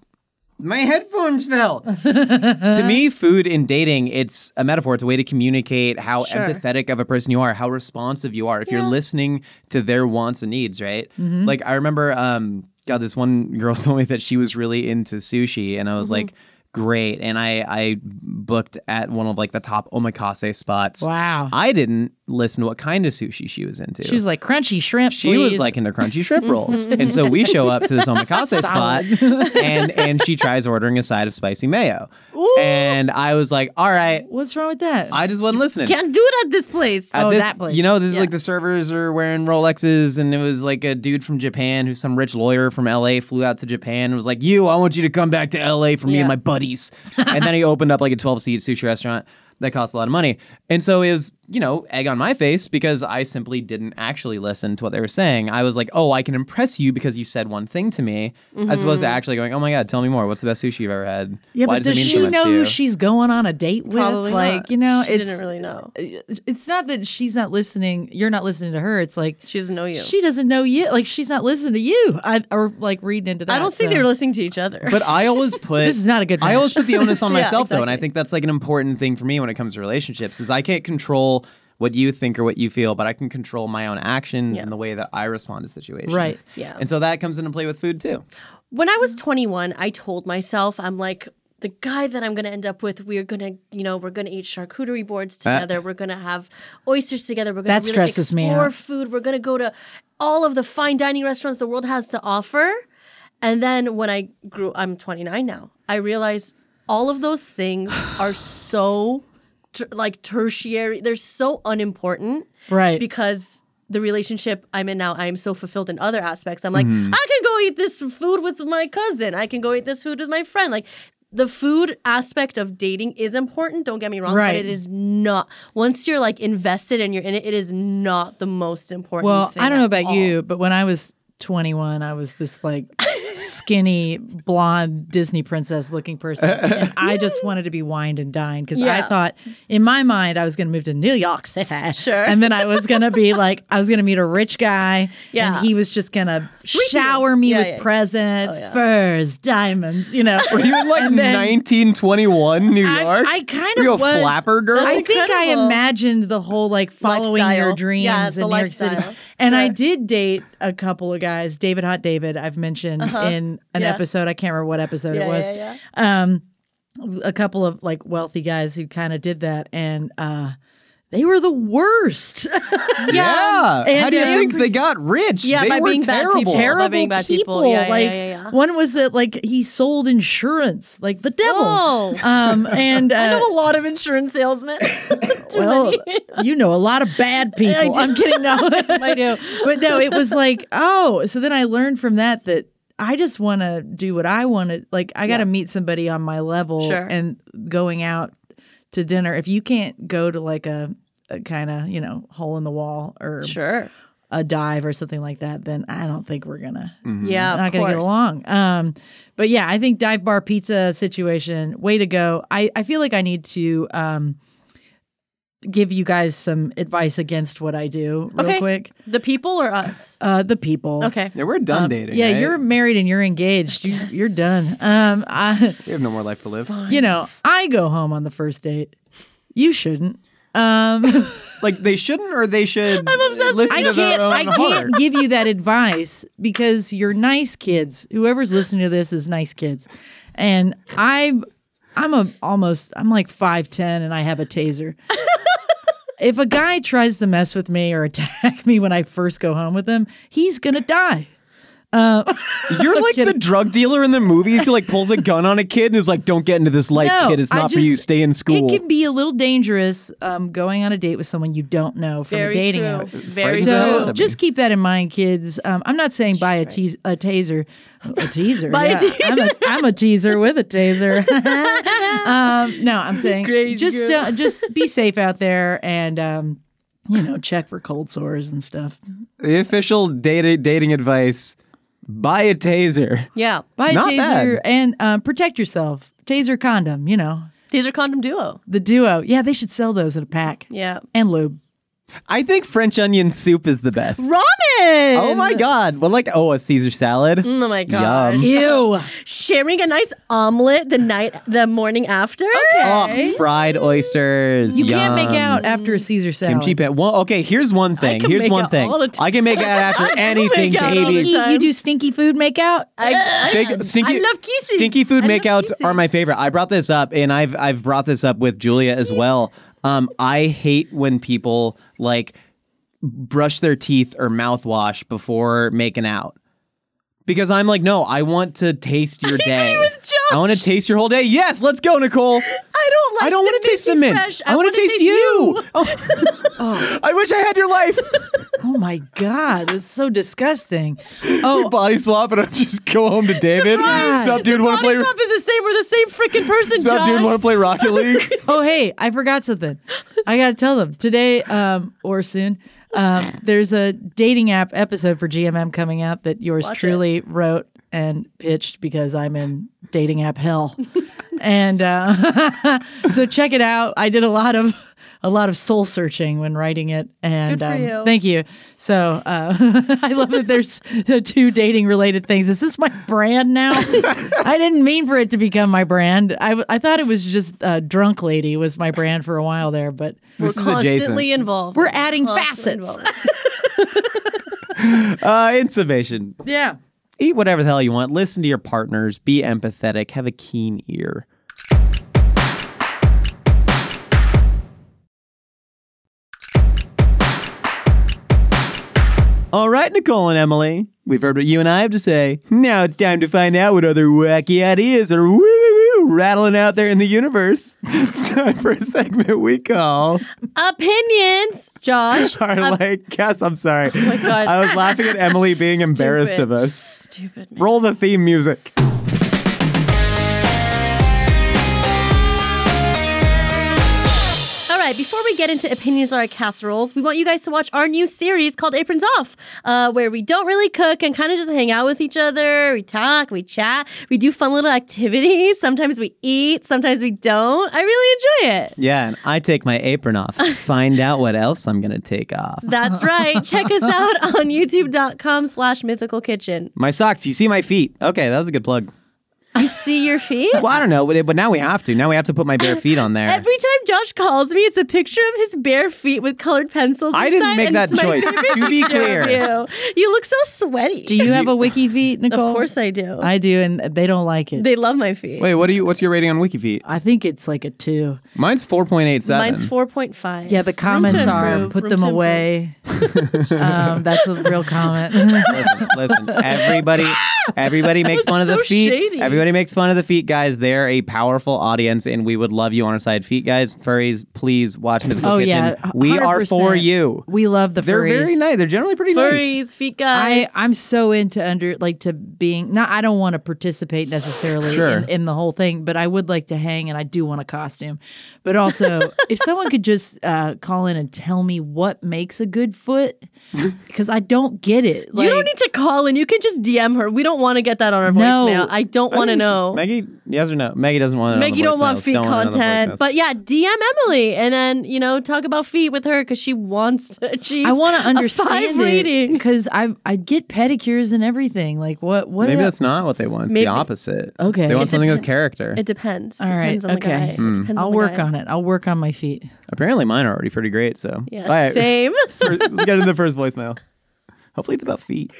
C: my headphones fell.
F: Uh-huh.
C: to me, food in dating, it's a metaphor. It's a way to communicate how empathetic of a person you are, how responsive you are, if you're listening to their wants and needs, right?
F: Mm-hmm.
C: Like I remember, um, God, this one girl told me that she was really into sushi, and I was
F: Mm-hmm.
C: like, great. And I I booked at one of like the top omakase spots.
F: Wow.
C: I didn't listen to what kind of sushi she was into.
F: She was like crunchy shrimp.
C: She was
F: please."
C: like into crunchy shrimp rolls. and so we show up to this omakase spot and and she tries ordering a side of spicy mayo. And I was like, all right,
F: "What's wrong with that?"
C: I just wasn't listening.
E: Can't do it at this place.
C: At
F: Oh,
C: this-
F: that place.
C: You know, this is like the servers are wearing Rolexes, and it was like a dude from Japan who's some rich lawyer from LA flew out to Japan and was like, You, I want you to come back to LA for me and my buddies. and then he opened up like a 12 seat sushi restaurant that cost a lot of money. And so it was, you know, egg on my face because I simply didn't actually listen to what they were saying. I was like, Oh, I can impress you because you said one thing to me, as opposed to actually going, Oh my God, tell me more. What's the best sushi you've ever had?
F: Mm-hmm. yeah,
C: Why
F: but
C: does
F: does
C: it mean so
F: she
C: much
F: know
C: to
F: who
C: you?"
F: she's going on a date with?
E: Probably
F: like
E: not.
F: you know,
E: she
F: it's
E: didn't really know.
F: it's not that she's not listening. You're not listening to her. It's like
E: She doesn't know you.
F: she doesn't know you. Like she's not listening to you. I, or like reading into that.
E: I don't think
F: so.
E: they were listening to each other.
C: But I always put
F: This is not a good
C: I
F: match.
C: always put the onus on
E: Yeah,
C: myself though, and I think that's like an important thing for me when it comes to relationships. Is I can't control what you think or what you feel, but I can control my own actions and the way that I respond to situations.
F: Right,
E: yeah.
C: And so that comes into play with food too.
E: when I
F: Mm-hmm.
E: was 21, I told myself, I'm like, the guy that I'm going to end up with, we're going to, you know, we're going to eat charcuterie boards together. we're going to have oysters together. We're going
F: That
E: to really
F: stresses me
E: explore
F: out.
E: food. We're going to go to all of the fine dining restaurants the world has to offer. And then when I grew, I'm 29 now, I realized all of those things are so ter- like tertiary. They're so unimportant
F: Right.
E: because the relationship I'm in now, I am so fulfilled in other aspects. I'm like,
F: Mm-hmm.
E: I can go eat this food with my cousin. I can go eat this food with my friend. Like, the food aspect of dating is important. Don't get me wrong,
F: Right.
E: but it is not. Once you're like invested and you're in it, it is not the most important.
F: Well,
E: thing
F: I don't know
E: at
F: about
E: all.
F: you, but when I was 21, I was this like skinny blonde Disney princess looking person. And I just wanted to be wined and dined because I
E: Yeah.
F: thought in my mind I was going to move to New York City. Sure. And then I was going to be like, I was going to meet a rich guy.
E: Yeah.
F: And he was just going to shower me
E: Yeah,
F: with
E: yeah, Oh, yeah.
F: presents, furs, diamonds, you know.
C: Were you in like
F: And then-
C: 1921 New
F: I-
C: York?
F: I kind
C: Were you
F: of
C: a
F: was-
C: flapper girl.
F: I think I
E: incredible.
F: imagined the whole like following your
E: Lifestyle.
F: dreams
E: Yeah,
F: in
E: the
F: New York City.
E: lifestyle.
F: And I
E: Sure.
F: did date a couple of guys, David Hot David, I've mentioned in an
E: Uh-huh. Yeah.
F: episode. I can't remember what episode
E: Yeah,
F: it was.
E: yeah,
F: Um, a couple of like wealthy guys who kind of did that, and uh, they were the worst. uh,
C: Yeah. How
E: and
C: do you
E: they're
C: think they got rich?
E: Yeah,
C: they
E: by
C: were
E: being bad
C: terrible.
E: people.
F: terrible
E: By being bad people. Yeah, yeah,
F: like
E: yeah, yeah.
F: one was that like he sold insurance, like the devil.
E: Oh.
F: Um, and uh,
E: I know a lot of insurance salesmen. Too
F: well,
E: many.
F: you know a lot of bad people.
E: do.
F: I'm kidding. No,
E: I do.
F: but no, it was like, oh, so then I learned from that that I just want to do what I want to. Like, I got to meet somebody on my level
E: Sure.
F: and going out to dinner. If you can't go to like a, a kind of, you know, hole in the wall or
E: Sure.
F: a dive or something like that, then I don't think we're going to
E: Yeah, of
F: Mm-hmm. not going to get
E: course.
F: along. Um, but yeah, I think dive bar pizza situation, way to go. I, I feel like I need to um, give you guys some advice against what I do real
E: Okay.
F: quick.
E: The people or us?
F: Uh, the people.
E: Okay.
C: Yeah, we're done
F: Um,
C: dating.
F: Yeah,
C: right?
F: you're married and you're engaged. You, you're done. Um, I,
C: We have no more life to live.
F: you know, I go home on the first date. You shouldn't. Um,
C: Like they shouldn't, or they should. I'm obsessed. Listen
F: I
C: to their
F: can't.
C: own
F: I
C: heart.
F: can't give you that advice because you're nice kids. Whoever's listening to this is nice kids, and I'm I'm a almost I'm like five ten and I have a taser. if a guy tries to mess with me or attack me when I first go home with him, he's gonna die.
C: You're like the drug dealer in the movies who like pulls a gun on a kid and is like, "Don't get into this life, kid. It's
F: I
C: not for you.
F: just-
C: Stay in school."
F: It can be a little dangerous um, going on a date with someone you don't know from
E: Very
F: a dating
E: true.
F: app.
E: Very
C: Frightens
E: true.
C: out
F: So
C: of
F: just keep that in mind, kids. Um, I'm not saying buy a, teas a taser. A teaser.
E: Buy a
F: yeah. I'm, a, I'm a teaser with a taser. um, no, I'm saying
E: Great
F: just
E: girl.
F: uh, just be safe out there and um, you know check for cold sores and stuff.
C: the official data- dating advice: buy a taser.
E: Yeah.
F: Buy a
C: Not
F: taser
C: bad.
F: and um, protect yourself. Taser condom. You know
E: These are condom duo.
F: the duo. Yeah, they should sell those in a pack.
E: Yeah.
F: and lube.
C: I think French onion soup is the best.
E: Ramen.
C: Oh my god! Well, like oh, a Caesar salad.
E: Oh my gosh.
C: Yum.
F: Ew.
E: Sharing a nice omelet the night, the morning after. Okay.
C: Oh, fried oysters.
F: You can't make
C: Yum.
F: out after a Caesar salad.
C: Kimchi pan. Well, okay, here's one thing.
E: can
C: here's
E: make
C: one
E: out
C: thing.
E: all the time.
C: I can make out after anything,
E: out all the
C: baby.
F: Stinky,
E: time.
F: you do stinky food makeout?
E: I,
C: Big, stinky,
E: I love kissing.
C: stinky food
E: I love
C: makeouts
E: kissing.
C: are my favorite. I brought this up, and I've I've brought this up with Julia as well. Um, I hate when people like brush their teeth or mouthwash before making out. Because I'm like, no, I want to taste your day. I want to taste your whole day. Yes, let's go, Nicole.
E: I don't like
C: I don't
E: want to
C: taste the mint. I, want to taste, you. Oh. I wish I had your life.
F: Oh my God, it's so disgusting. Oh,
C: Body swap, and I just go home to David. Some dude want to
E: Body
C: play.
E: swap is the same. We're the same freaking person,
C: Some
E: Josh.
C: dude want to play Rocket League.
F: oh hey, I forgot something. I gotta tell them today um, or soon. Um, there's a dating app episode for GMM coming out that yours truly wrote and pitched because I'm in dating app hell, and uh, so check it out. I did a lot of a lot of soul searching when writing it, and
E: Good for
F: um,
E: you.
F: thank you. So uh, I love that there's the two dating related things. Is this my brand now? I didn't mean for it to become my brand. I, w- I thought it was just uh, drunk lady was my brand for a while there, but
C: this is adjacent.
E: Constantly involved.
F: we're adding
E: Constantly
F: facets.
E: involved.
C: Uh, in summation,
F: Yeah.
C: eat whatever the hell you want. Listen to your partners. Be empathetic. Have a keen ear. All right, Nicole and Emily, we've heard what you and I have to say. Now it's time to find out what other wacky ideas are woo woo woo rattling out there in the universe. It's time for a segment we call
E: Opinions, Josh.
C: Our
E: Op-
C: Like Guess. I'm sorry. Oh
E: Um, my God.
C: I was laughing at Emily being embarrassed
E: Stupid.
C: of us.
E: Stupid. Man.
C: Roll the theme music.
E: All right, before we get into opinions on our casseroles, we want you guys to watch our new series called Aprons Off, uh, where we don't really cook and kind of just hang out with each other. We talk, we chat, we do fun little activities. Sometimes we eat, sometimes we don't. I really enjoy it.
C: Yeah, and I take my apron off. Find out what else I'm gonna take off.
E: That's right. Check us out on youtube.com slash mythical kitchen.
C: My socks. You see my feet. Okay, that was a good plug.
E: You see your feet?
C: Well, I don't know, but, but now we have to. Now we have to put my bare feet on there.
E: Every time Josh calls me, it's a picture of his bare feet with colored pencils.
C: I didn't
E: inside,
C: make
E: and
C: that
E: it's my
C: choice.
E: favorite
C: To be
E: picture of
C: clear.
E: you. You look so sweaty.
F: Do you have a wiki feet, Nicole?
E: Of course I do.
F: I do, and they don't like it.
E: they love my feet.
C: Wait, what are you? What's your rating on WikiFeet?
F: I think it's like a two.
C: Mine's four point eight seven.
E: Mine's 4.5.
F: Yeah, the
E: Room to
F: comments are
E: improve,
F: put
E: room
F: them
E: to improve.
F: away. um, that's a real comment.
C: Listen, listen. Everybody, everybody makes fun of the
E: so
C: feet.
E: shady.
C: Everybody makes fun of the feet, guys. They're a powerful audience, and we would love you on our side. Feet guys, furries, please watch Mythical
F: oh
C: Kitchen.
F: yeah,
C: we are
F: 100%.
C: for you.
F: We love the
C: They're
F: furries.
C: very nice. They're generally pretty nice.
E: Furries, feet guys.
F: I, I'm so into under like to being not I don't want to participate necessarily
C: Sure.
F: in, in the whole thing, but I would like to hang and I do want a costume. But also if someone could just uh, call in and tell me what makes a good foot because I don't get it. Like,
E: you don't need to call in. You can just DM her. We don't want to get that on our
F: No.
E: voicemail. I don't want to know.
C: Maggie, yes or no? Maggie doesn't want. It
E: Meg, you
C: on the
E: don't want
C: voicemails.
E: feet
C: want it on the
E: content.
C: voicemails.
E: But yeah, DM Emily and then, you know, talk about feet with her because she wants to achieve
F: I want
E: a
F: to understand
E: five rating.
F: because I I get pedicures and everything. Like what what
C: maybe
F: are-
C: that's not what they want. It's
E: Maybe-
C: the opposite.
F: Okay.
C: they want
F: It
C: something with
E: depends.
C: character.
E: It depends. It
F: All right,
E: depends on the
F: okay.
E: guy. It
F: Hmm.
E: depends
F: I'll
E: the
F: work
E: guy.
F: on it. I'll work on my feet.
C: Apparently, mine are already pretty great. So
E: Yeah,
C: All right.
E: same.
C: First- let's get into the first voicemail. Hopefully, it's about feet.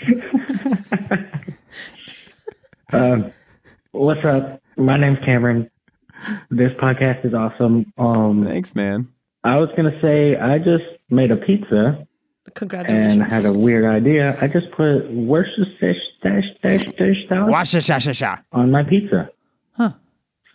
G: What's up? My name's Cameron. This podcast is awesome. Um,
C: Thanks, man.
G: I was gonna say I just made a pizza
E: Congratulations.
G: and had a weird idea. I just put Worcestershire dash dash dash sauce on my pizza.
F: Huh.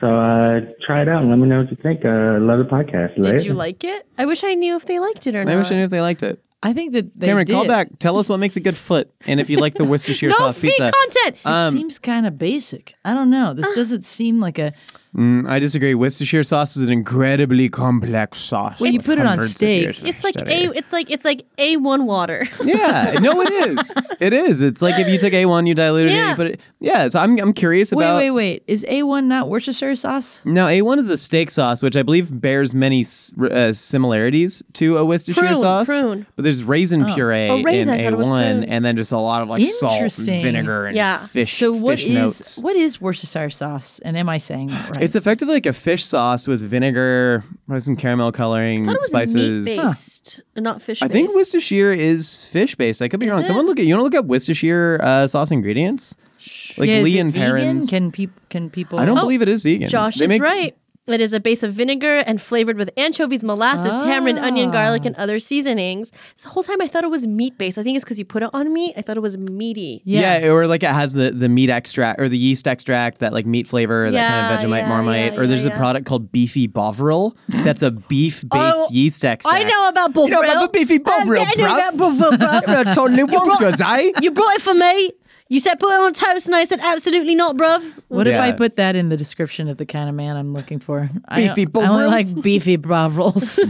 G: So uh, try it out and let me know what you think. Uh, love the podcast.
E: Did
G: Later.
E: you like it? I wish I knew if they liked it or not.
C: I wish I knew if they liked it.
F: I think that they
C: Cameron,
F: did.
C: call back. Tell us what makes a good foot, and if you like the Worcestershire
E: no
C: sauce
E: feet
C: pizza.
E: content.
C: um,
F: Seems kind of basic. I don't know. This doesn't seem like a
C: Mm, I disagree. Worcestershire sauce is an incredibly complex sauce.
F: Well, you
C: with
F: put it on
C: hundreds of
F: steak.
C: years of
E: it's like a.
C: history.
E: It's like it's like a one water.
C: Yeah, no, it is. It is. It's like if you took a one, you diluted it, and you
E: Yeah.
C: put it. Yeah, so I'm I'm curious
F: Wait,
C: about.
F: wait, wait. Is A1 not Worcestershire sauce?
C: No, A1 is a steak sauce, which I believe bears many s- r- uh, similarities to a Worcestershire
E: Prune,
C: sauce.
E: prune.
C: But there's raisin puree
E: Oh, raisin, I
C: in
E: thought it was
C: A1,
E: prunes.
C: and then just a lot of like salt, and
F: Interesting.
C: vinegar, and
E: Yeah.
C: fish,
F: so what is
C: fish notes.
F: what is Worcestershire sauce? And am I saying that right?
C: It's effectively like a fish sauce with vinegar, probably some caramel coloring,
E: I thought it was
C: spices.
E: meat based, not fish.
C: I think Worcestershire is fish based. I could be wrong. Someone look at you want to look up Worcestershire uh, sauce ingredients, like
F: yeah, is
C: Lee
F: it
C: and
F: vegan?
C: Perrins.
F: Can people can people Oh,
C: I don't believe it is vegan.
E: Oh, Josh
C: They
E: is
C: make-
E: right. It is a base of vinegar and flavored with anchovies, molasses, tamarind, onion, garlic, and other seasonings. This whole time I thought it was meat based. I think it's because you put it on meat. I thought it was meaty.
C: Yeah. or like it has the, the meat extract or the yeast extract, that like meat flavor, that kind
E: Yeah,
C: of Vegemite
E: yeah,
C: Marmite.
E: yeah,
C: or there's
E: yeah,
C: a
E: yeah.
C: product called Beefy Bovril that's a beef based
E: Oh,
C: yeast extract.
E: I know about both.
C: You know about the Beefy Bovril,
E: I know about
C: bruv.
E: both, bruv.
C: Uh, totally wonkers, eh?
E: you brought it for me. You said put it on toast, and I said absolutely not, bruv.
F: What if I
C: Yeah.
F: put that in the description of the kind of man I'm looking for?
C: Beefy
F: I, I only
C: Bovril?
F: like beefy bravels.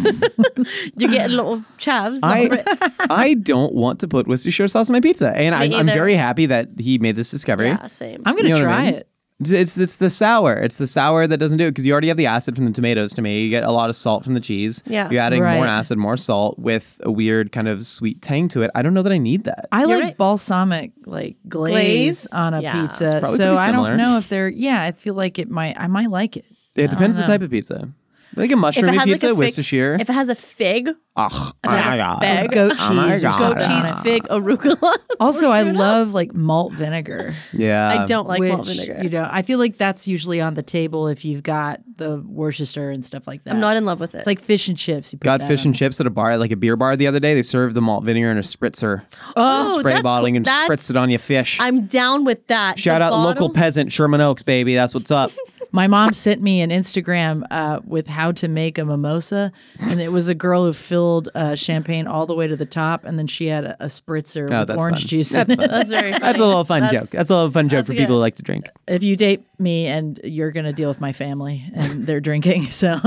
E: You get a lot of chavs.
C: I-
E: I, Brits.
C: I don't want to put Worcestershire sauce on my pizza. And I, I'm
E: either.
C: very happy that he made this discovery.
E: yeah, same.
F: I'm gonna
C: You know what I
F: try
C: mean?
F: it.
C: It's- It's it's the sour. It's the sour that doesn't do it because you already have the acid from the tomatoes. To me, you get a lot of salt from the cheese.
E: Yeah.
C: you're adding more
F: Right.
C: acid, more salt with a weird kind of sweet tang to it. I don't know that I need that.
F: I like
E: right.
F: balsamic like glaze,
E: Glaze?
F: on a
E: Yeah, it's
F: pizza.
C: probably
F: So
C: pretty
F: I don't
C: similar.
F: know if they're yeah, I feel like it might I might like it.
C: It depends the type of pizza. Like a mushroomy pizza,
E: fig,
C: Worcestershire.
E: if it has a fig,
C: Ugh,
E: if it has
C: my
E: a
C: God.
E: fig,
F: Goat cheese
C: Oh my
F: or
C: God.
E: goat
F: something on
E: cheese,
F: it.
E: fig, arugula.
F: Also, I love like malt vinegar.
C: Yeah,
E: I don't like malt
F: which,
E: vinegar.
F: You know, I feel like that's usually on the table if you've got the Worcester and stuff like that.
E: I'm not in love with it.
F: It's like fish and chips. You put
C: Got
F: that
C: fish
F: on.
C: and chips at a bar, like a beer bar, the other day. They served the malt vinegar in a spritzer,
E: oh,
C: spray
E: that's
C: bottling,
E: cool.
C: and
E: That's-
C: spritzed it on your fish.
E: I'm down with that.
C: Shout
E: The
C: out local
E: bottom-
C: peasant Sherman Oaks, baby. That's what's up.
F: My mom sent me an Instagram uh, with how to make a mimosa, and it was a girl who filled uh, champagne all the way to the top, and then she had a, a spritzer
C: Oh,
F: with
C: that's
F: orange
C: fun.
F: juice.
C: That's
F: in it.
C: fun.
E: That's very. Funny.
C: That's a little fun joke. That's a little fun joke for
E: good.
C: people who like to drink.
F: If you date me, and you're gonna deal with my family, and they're drinking, so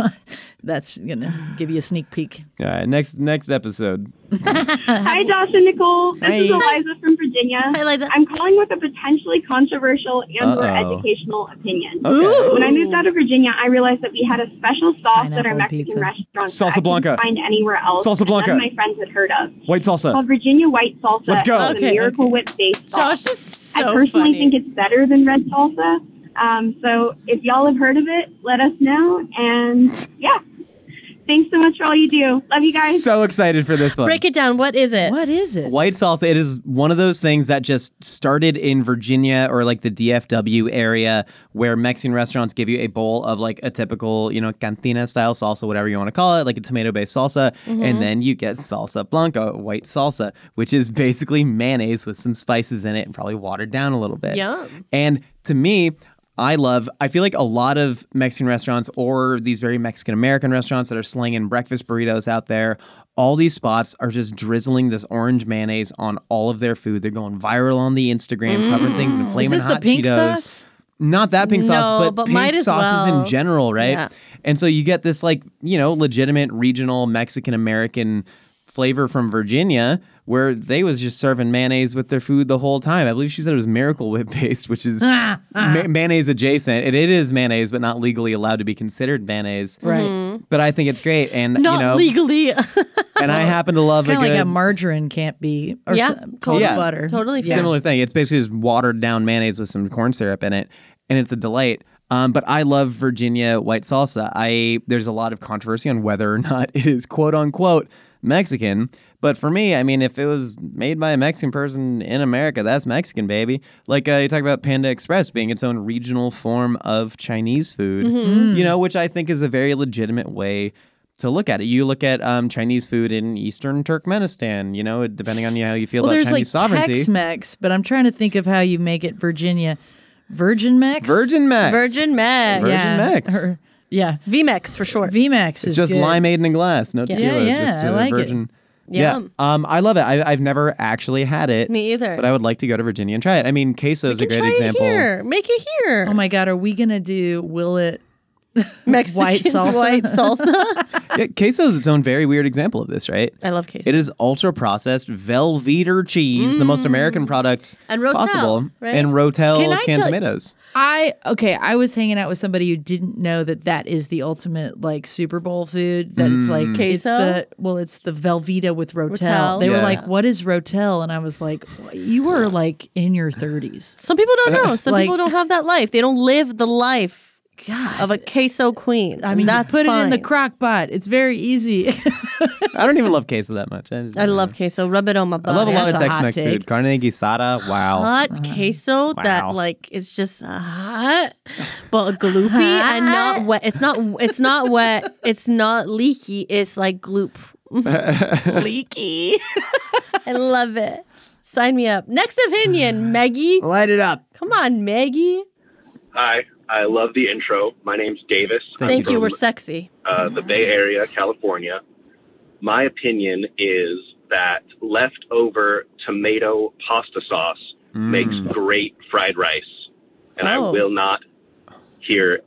F: that's gonna give you a sneak peek.
C: All right, next next episode.
H: Hi, Josh and Nicole. This is
C: Hi.
H: Eliza from Virginia.
E: Hi, Eliza.
H: I'm calling with a potentially controversial and/or
C: Uh-oh.
H: educational opinion.
C: Okay.
H: When I moved out of Virginia, I realized that we had a special sauce at
F: Pineapple
H: our Mexican
F: pizza.
H: restaurant
C: Salsa
H: that I
C: blanca.
H: couldn't find anywhere else.
C: Salsa
H: and
C: blanca.
H: None of my friends had heard of.
C: White
H: It's
C: salsa.
H: called Virginia White Salsa.
C: Let's go.
H: and It's
E: Okay,
H: a Miracle Whip based sauce.
E: Josh is so
H: I personally
E: funny.
H: think it's better than red salsa. Um, so if y'all have heard of it, let us know. And yeah, thanks so much for all you do. Love you guys.
C: So excited for this one.
E: Break it down. What is it?
F: What is it?
C: White salsa, it is one of those things that just started in Virginia or like the DFW area where Mexican restaurants give you a bowl of like a typical, you know, cantina style salsa, whatever you want to call it, like a tomato based salsa. And then you get salsa blanca, white salsa, which is basically mayonnaise with some spices in it and probably watered down a little bit.
E: Yum.
C: And to me, I love, I feel like a lot of Mexican restaurants or these very Mexican American restaurants that are slinging breakfast burritos out there, all these spots are just drizzling this orange mayonnaise on all of their food. They're going viral on the Instagram, covering things in
F: Is
C: flaming
F: this the
C: hot
F: pink
C: Cheetos.
F: sauce?
C: Not that pink
E: No,
C: sauce, but,
E: but might
C: pink
E: as
C: sauces
E: well.
C: in general, right?
E: Yeah.
C: And so you get this like, you know, legitimate regional Mexican American flavor from Virginia where they was just serving mayonnaise with their food the whole time. I believe she said it was Miracle Whip based, which is ma- mayonnaise adjacent. It, it is mayonnaise, but not legally allowed to be considered mayonnaise.
F: Right.
C: But I think it's great. And, you
E: Not
C: know,
E: legally.
C: and I happen to love a
F: Kind of
C: good,
F: like a margarine can't be, or
E: Yeah.
F: s- cold
C: Yeah.
F: butter.
E: Totally fair.
C: similar thing. It's basically just watered down mayonnaise with some corn syrup in it, and it's a delight. Um, but I love Virginia white salsa. I there's a lot of controversy on whether or not it is quote unquote Mexican. But for me, I mean, if it was made by a Mexican person in America, that's Mexican, baby. Like uh, you talk about Panda Express being its own regional form of Chinese food,
F: Mm-hmm.
C: you know, which I think is a very legitimate way to look at it. You look at um, Chinese food in Eastern Turkmenistan, you know, depending on how you feel
F: Well,
C: about
F: there's
C: Chinese
F: like
C: sovereignty.
F: Tex-Mex, but I'm trying to think of how you make it Virginia. Virgin Mex?
C: Virgin Max.
E: Virgin Meg.
C: Virgin
F: yeah.
C: Mex.
F: Or- yeah.
E: VMEX for short.
F: VMAX is
C: It's just
F: good.
C: limeade in a glass, no tequila.
F: Yeah,
C: it's just
F: yeah, I
C: uh,
F: like it.
C: virgin.
E: Yum.
C: Um, I love it. I, I've never actually had it.
E: Me either.
C: But I would like to go to Virginia and try it. I mean, queso is a
E: You can
C: great
E: try
C: example.
E: It here. Make it here.
F: Oh my God, are we gonna do will it
E: Mexican
F: White salsa.
E: White salsa.
C: Yeah, queso is its own very weird example of this, right?
E: I love queso.
C: It is ultra processed Velveeta cheese, the most American product
E: And Rotel,
C: possible,
E: right?
C: and Rotel
F: Can I
C: canned
F: tell-
C: tomatoes.
F: I okay, I was hanging out with somebody who didn't know that that is the ultimate like Super Bowl food. That it's
C: Mm.
F: like it's
E: Queso?
F: the well, it's the Velveeta with Rotel.
E: Rotel.
F: They were
C: Yeah.
F: like, "What is Rotel?" And I was like, "You were like in your 30s.
E: Some people don't know. Some
F: Like-
E: people don't have that life. They don't live the life
F: God,
E: of a queso queen.
F: I mean,
E: that's
F: you put it in the
E: fine.
F: crock pot. It's very easy.
C: I don't even love queso that much. I, just-
E: I love queso. Rub it on my
C: I
E: body.
C: love a lot of
F: That's a hot
C: Tex-Mex
F: take.
C: food. Carne guisada. Wow.
E: hot queso that
C: Wow.
E: like it's just hot but gloopy and not wet. It's not it's not wet. It's not leaky. It's like gloop. leaky. I love it. Sign me up. Next opinion, Maggie.
C: Light it up.
E: Come on, Maggie.
I: Hi, I love the intro. My name's Davis. I'm
E: Thank you.
I: from,
E: We're sexy.
I: uh, the Bay Area, California. My opinion is that leftover tomato pasta sauce
C: Mm.
I: makes great fried rice, and I
E: Oh.
I: will not hear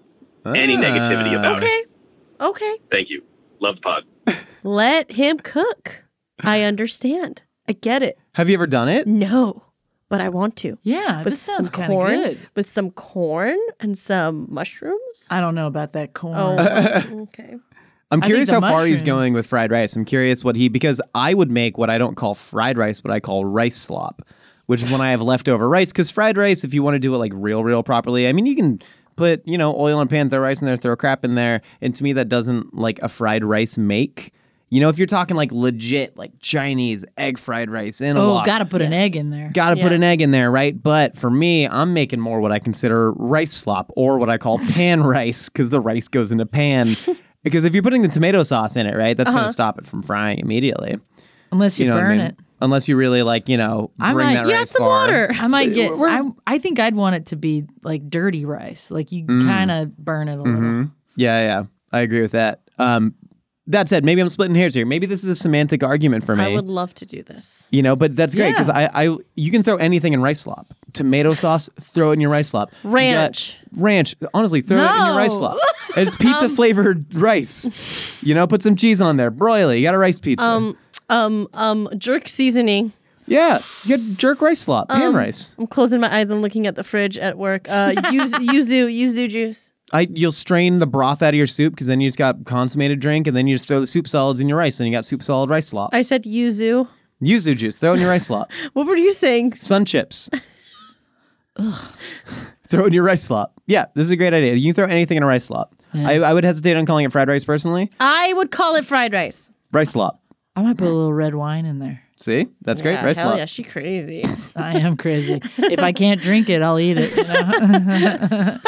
C: Ah.
I: any negativity about it.
E: Okay. Okay.
I: Thank you. Love the pod.
E: Let him cook. I understand. I get it.
C: Have you ever done it?
E: No, but I want to.
F: yeah,
E: With
F: Uh, this sounds
E: some
F: kind of
E: corn.
F: good.
E: With some corn and some mushrooms.
F: I don't know about that corn.
E: Oh, okay.
C: I'm
F: think
C: curious
F: the
C: how far he's
F: mushrooms-
C: going with fried rice. I'm curious what he because I would make what I don't call fried rice, but I call rice slop, which is when I have leftover rice. Because fried rice, if you want to do it like real, real properly, I mean, you can put you know oil in a pan, throw rice in there, throw crap in there, and to me that doesn't like a fried rice make. You know, if you're talking like legit, like Chinese egg fried rice in a
F: oh,
C: wok,
F: gotta put an egg in there.
C: Got to put an egg in there, right? But for me, I'm making more what I consider rice slop or what I call pan rice because the rice goes in a pan. because if you're putting the tomato sauce in it, right, that's going to stop it from frying immediately.
F: Unless you,
C: You know what I
F: burn
C: mean?
F: it.
C: Unless you really like, you know,
F: I
C: bring
F: might-
C: that
F: you
C: rice
E: have some
C: far.
E: water.
F: I might get. I, I think I'd want it to be like dirty rice. Like you
C: Mm.
F: kind of burn it a little.
C: Mm-hmm. Yeah, yeah, I agree with that. Um, that said, maybe I'm splitting hairs here. Maybe this is a semantic argument for me.
E: I would love to do this.
C: You know, but that's great because
F: Yeah.
C: I, I, you can throw anything in rice slop. Tomato sauce, throw it in your rice slop. You got
E: Ranch. Um,
C: ranch. Honestly, throw it in your rice
F: No.
C: slop. It's pizza flavored rice. You know, put some cheese on there. Broil it. You got a rice pizza.
E: Um, um, um, jerk seasoning.
C: yeah, you got jerk rice slop, pan
E: um,
C: rice.
E: I'm closing my eyes and looking at the fridge at work. Uh, yuzu, yuzu, yuzu juice.
C: I, you'll strain the broth out of your soup because then you just got consummated drink, and then you just throw the soup solids in your rice, and you got soup solid rice slop.
E: I said yuzu.
C: Yuzu juice, throw it in your rice slop.
E: What were you saying?
C: Sun chips. Throw in your rice slop. Yeah, this is a great idea. You can throw anything in a rice slop. I, I would hesitate on calling it fried rice personally.
E: I would call it fried rice.
C: Rice slop.
F: I might put a little red wine in there.
C: See, that's great.
E: Yeah,
C: rice
E: hell
C: slop.
E: yeah, she crazy.
F: I am crazy. if I can't drink it, I'll eat it. you know?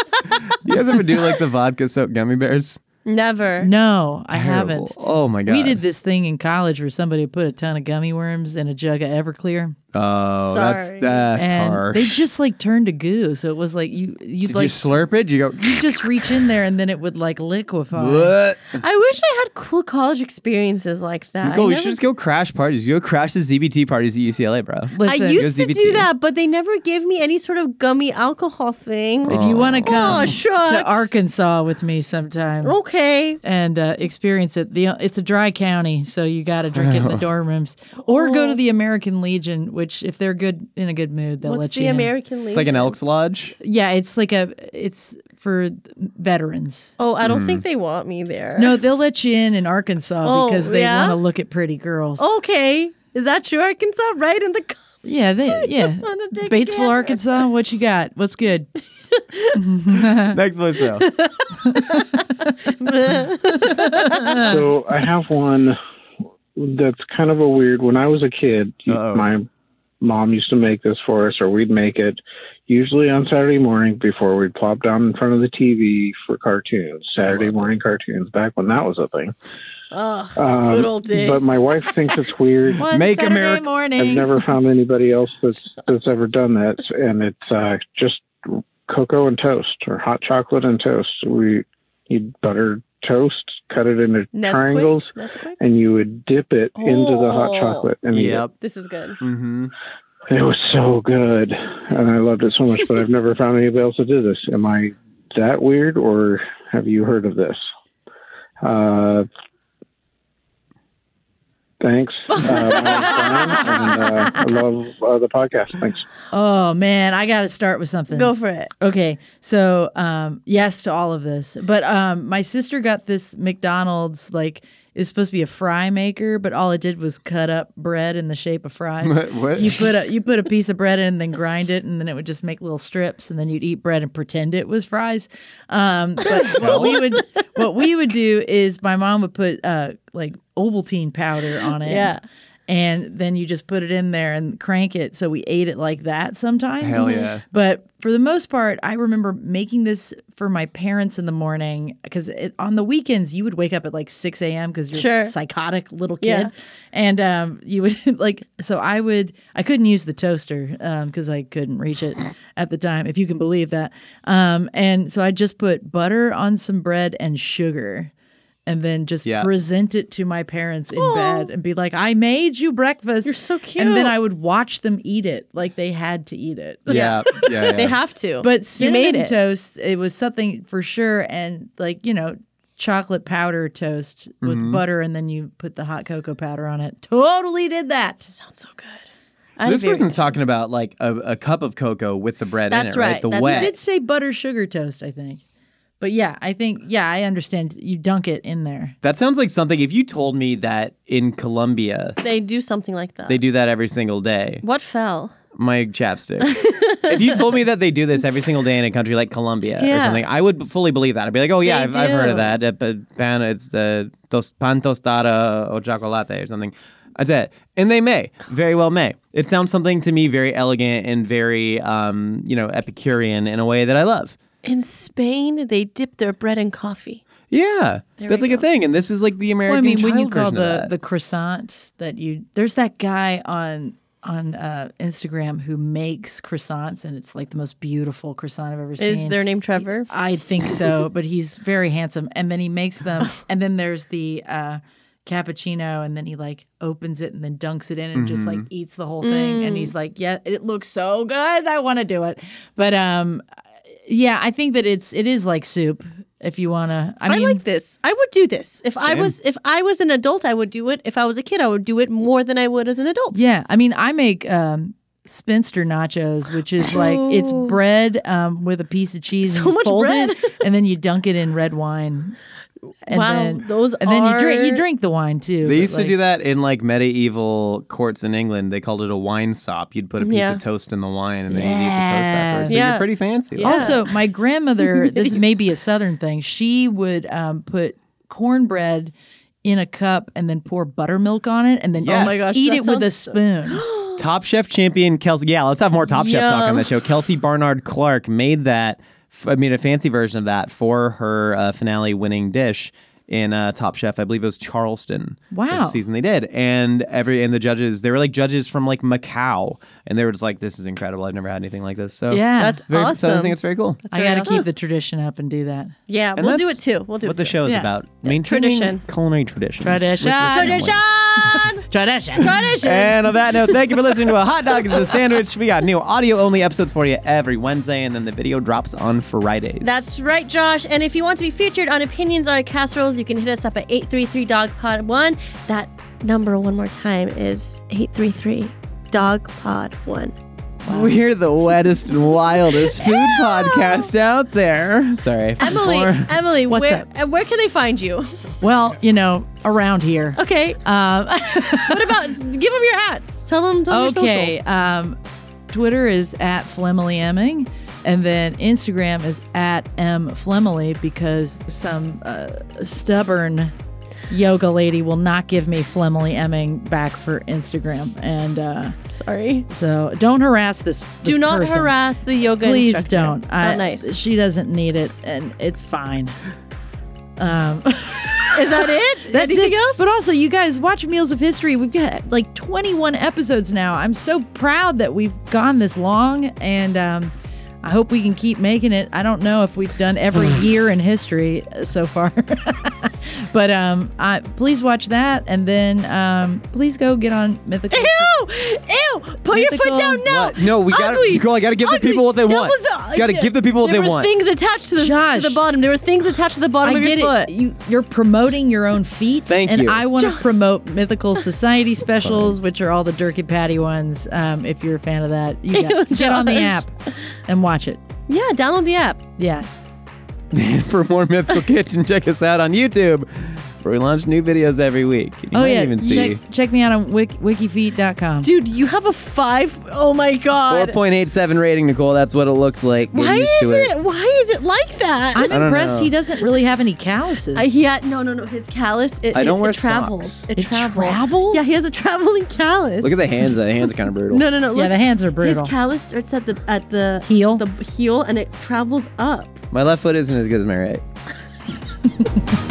C: You guys ever do like the vodka soaked gummy bears?
E: Never.
F: No, I haven't.
C: Terrible. Oh my god.
F: We did this thing in college where somebody put a ton of gummy worms in a jug of Everclear,
C: Oh, that's
E: Sorry.
C: that's
F: and
C: harsh.
F: they just like turned to goo. So it was like you, you'd
C: did
F: like
C: you slurp it? Did You go.
F: you just reach in there and then it would like liquefy.
C: What?
E: I wish I had cool college experiences like that. I
C: Nicole, you
E: never-
C: should just go crash parties. You go crash the ZBT parties at UCLA, bro.
E: I
F: Listen,
E: used to
C: goes
E: do
C: DBT.
E: that, but they never gave me any sort of gummy alcohol thing.
C: Oh.
F: if you want to come
E: Oh, shucks. Oh.
F: to Arkansas with me sometime.
E: Okay.
F: and uh, experience it. The it's a dry county, so you got to drink it in the dorm rooms, or go
E: Oh.
F: to the American Legion, which if they're good in a good mood, they'll let
E: What's
F: you.
E: the
F: in.
E: American League?
C: It's like an Elks Lodge.
F: Yeah, it's like a it's for veterans.
E: Oh, I don't think they want me there.
F: No, they'll let you in in Arkansas
E: Oh,
F: because they
E: yeah? Oh,
F: want to look at pretty girls.
E: Okay. Is that true, Arkansas? Right in the. co-
F: yeah, they yeah.
E: wanna take
F: Batesville,
E: care.
F: Arkansas. What you got? What's good?
C: Next voicemail.
G: So I have one that's kind of a weird. When I was a kid,
C: Uh-oh.
G: my mom used to make this for us, or we'd make it usually on Saturday morning before we'd plop down in front of the TV for cartoons, Saturday morning cartoons, back when that was a thing.
E: Ugh.
G: Um,
E: Good old days.
G: But my wife thinks it's weird.
F: One
C: Make
F: Saturday
C: America-
F: morning.
G: I've never found anybody else that's that's ever done that, and it's uh, just cocoa and toast, or hot chocolate and toast. We you'd butter toast, cut it into
E: Nesquik?
G: triangles,
E: Nesquik?
G: and you would dip it into the hot
E: Oh.
G: chocolate and eat
C: yep.
E: This is good.
C: Mm-hmm.
G: it. It was so good, and I loved it so much. But I've never found anybody else that did this. Am I that weird, or have you heard of this? Uh, thanks. Uh, my name's Brian, and, uh, I love uh, the podcast. Thanks.
F: oh man, I got to start with something.
E: Go for it.
F: Okay, so um, yes to all of this, but um, my sister got this McDonald's like it was supposed to be a fry maker, but all it did was cut up bread in the shape of fries.
C: What?
F: You put a you put a piece of bread in, and then grind it, and then it would just make little strips, and then you'd eat bread and pretend it was fries. Um, but what we would what we would do is my mom would put uh, like Ovaltine powder on it.
E: Yeah.
F: And then you just put it in there and crank it. So we ate it like that sometimes.
C: Hell yeah.
F: But for the most part, I remember making this for my parents in the morning because on the weekends you would wake up at like six a.m. because you're
E: Sure.
F: a psychotic little kid,
E: Yeah.
F: and um, you would like. So I would. I couldn't use the toaster because I couldn't reach it at the time, if you can believe that. Um, and so I just put butter on some bread and sugar. And then just
C: Yeah.
F: present it to my parents in bed and be like, I made you breakfast. You're
E: so
F: And then
E: cute.
F: I would watch them eat it like they had to eat it.
C: Yeah. Yeah.
E: They
C: yeah.
E: have to.
F: But cinnamon
E: made it.
F: toast, it was something for sure. And like, you know, chocolate powder toast with
C: Mm-hmm.
F: butter and then you put the hot cocoa powder on it. Totally did that.
E: Sounds so good. I'd
C: this
E: be-
C: person's talking about like a, a cup of cocoa with the bread
E: That's
C: in it, right?
E: right.
C: The
E: That's-
C: wet.
F: I did say butter sugar toast, I think. But yeah, I think, yeah, I understand. You dunk it in there.
C: That sounds like something. If you told me that in Colombia
E: They do something like that.
C: they do that every single day,
E: What fell?
C: my chapstick. if you told me that they do this every single day in a country like Colombia or
E: Yeah.
C: something, I would fully believe that. I'd be like, oh yeah,
E: They
C: I've, I've heard of
E: do.
C: that. Uh, but pan, it's uh, tos, pan tostada o chocolate or something. That's it. And they may, very well may. It sounds something to me very elegant and very, um, you know, Epicurean in a way that I love.
E: In Spain, they dip their bread in coffee.
C: Yeah, that's
E: we
C: like a thing, and this is like the American.
F: Well, I mean,
C: child
F: when you call
C: version of
F: the
C: that.
F: the croissant that you there's that guy on on uh, Instagram who makes croissants and it's like the most beautiful croissant I've ever seen.
E: Is their name Trevor?
F: I think so, but he's very handsome. And then he makes them, and then there's the uh, cappuccino, and then he like opens it and then dunks it in and just
E: Mm-hmm.
F: like eats the whole thing. And
E: Mm.
F: he's like, "Yeah, it looks so good. I want to do it." But um, yeah, I think that it's it is like soup if you want to. I
E: I,
F: mean,
E: like this. I would do this. If I was if I was an adult, I would do it. If I was a kid, I would do it more than I would as an adult.
F: yeah, I mean, I make. Um, Spinster nachos, which is like it's bread um, with a piece of cheese
E: So
F: and you
E: much
F: fold it,
E: bread.
F: and then you dunk it in red wine. And
E: Wow,
F: then,
E: those
F: and then you drink you
E: are-
F: drink the wine too.
C: They
F: but,
C: used
F: like,
C: to do that in like medieval courts in England. They called it a wine sop. You'd put a piece
E: Yeah.
C: of toast in the wine and then you'd eat the toast afterwards. So
E: Yeah.
C: you're pretty fancy.
E: Yeah.
F: Also, my grandmother, this may be a southern thing, she would um, put cornbread in a cup and then pour buttermilk on it and then
C: Yes. Oh my
E: gosh,
F: eat
E: that
F: it with a
E: sounds so-
F: spoon.
C: Top Chef champion Kelsey. Yeah, let's have more Top Chef talk on
E: Yum.
C: the show. Kelsey Barnard Clark made that. f- I mean, a fancy version of that for her uh, finale winning dish in uh, Top Chef. I believe it was Charleston. was the
F: Wow.
C: season they did, and every and the judges they were like judges from like Macau, and they were just like, "This is incredible. I've never had anything like this." So
F: Yeah.
E: That's
C: it's very,
E: awesome.
C: So I think it's very cool.
F: I got to keep the tradition up and do that.
E: yeah,
C: And
E: we'll do it
C: that's
E: too. We'll do
C: what
E: it
C: the show is
F: Yeah.
C: about. Maintaining
E: Tradition.
C: culinary traditions.
F: Tradition.
C: Tradition.
F: Tradition. Tradition.
C: And on that note, thank you for listening to a hot dog is a sandwich. We got new audio only episodes for you every Wednesday, and then the video drops on Fridays.
E: That's right, Josh. And if you want to be featured on Opinions on Casseroles, you can hit us up at 833 Dog Pod 1. That number, one more time, is 833 Dog Pod 1.
C: we're the wettest and wildest food podcast out there. Sorry,
E: Emily, Emily,
F: What's
E: where,
F: up?
E: and where can they find you?
F: Well, you know, around here.
E: Okay.
F: Um,
E: What about give them your hats? Tell them, tell them your
F: okay.
E: socials.
F: Um, Twitter is at Flemily Emming, and then Instagram is at M Flemily because some uh, stubborn yoga lady will not give me Flemily Emming back for Instagram, and uh,
E: Sorry.
F: so don't harass this. this
E: Do not
F: person.
E: harass the yoga
F: Please
E: instructor.
F: don't.
E: Not
F: I-
E: nice. Is
F: She doesn't need it, and it's fine. Um,
E: that it?
F: That's
E: Anything
F: it.
E: else?
F: But also, you guys watch Meals of History. We've got like 21 episodes now. I'm so proud that we've gone this long, and um, I hope we can keep making it. I don't know if we've done every year in history uh, so far, but um, I, please watch that, and then um, please go get on Mythical.
E: Ew! Ew! Put your foot
F: Mythical-
E: down now!
C: What? No, we gotta-
E: Ugly.
C: girl, I gotta give the
E: Ugly.
C: people what they
E: That
C: want.
E: was the-
C: Gotta give the people what
E: There
C: they
E: were
C: want.
E: things attached to the, to
F: Josh.
E: the bottom. There were things attached to the bottom
F: I
E: of
F: get
E: your foot.
F: it. You, you're promoting your own feet.
C: Thank
F: and
C: you.
F: I want to promote Mythical Society specials, which are all the Dirk and Patty ones. Um, if you're a fan of that, you got,
E: Ew,
F: get on the
E: Josh.
F: app and watch it.
E: Yeah, download the app.
F: Yeah.
C: for more Mythical Kitchen, check us out on YouTube, where we launch new videos every week. You
F: oh
C: might
F: yeah.
C: even see
F: Check, check me out on wik- wikifeet.com.
E: Dude, you have a five oh my god.
C: 4.87 rating, Nicole. That's what it looks like. Get
E: Why is
C: used to
E: it? Why is it like that?
F: I'm
C: don't
F: impressed.
C: know.
F: He doesn't really have any calluses.
E: Uh, yeah, no, no, no. His callus. It,
C: I don't
E: it,
C: wear
E: it travels.
C: socks.
E: It,
F: It
E: travels.
F: travels?
E: Yeah, he has a traveling callus.
C: Look at the hands. The hands are kind of brutal.
E: No, no, no. Look,
F: yeah. The hands are
E: his
F: brutal.
E: callus starts at the at the
F: Heel?
E: the heel, and it travels up.
C: My left foot isn't as good as my right.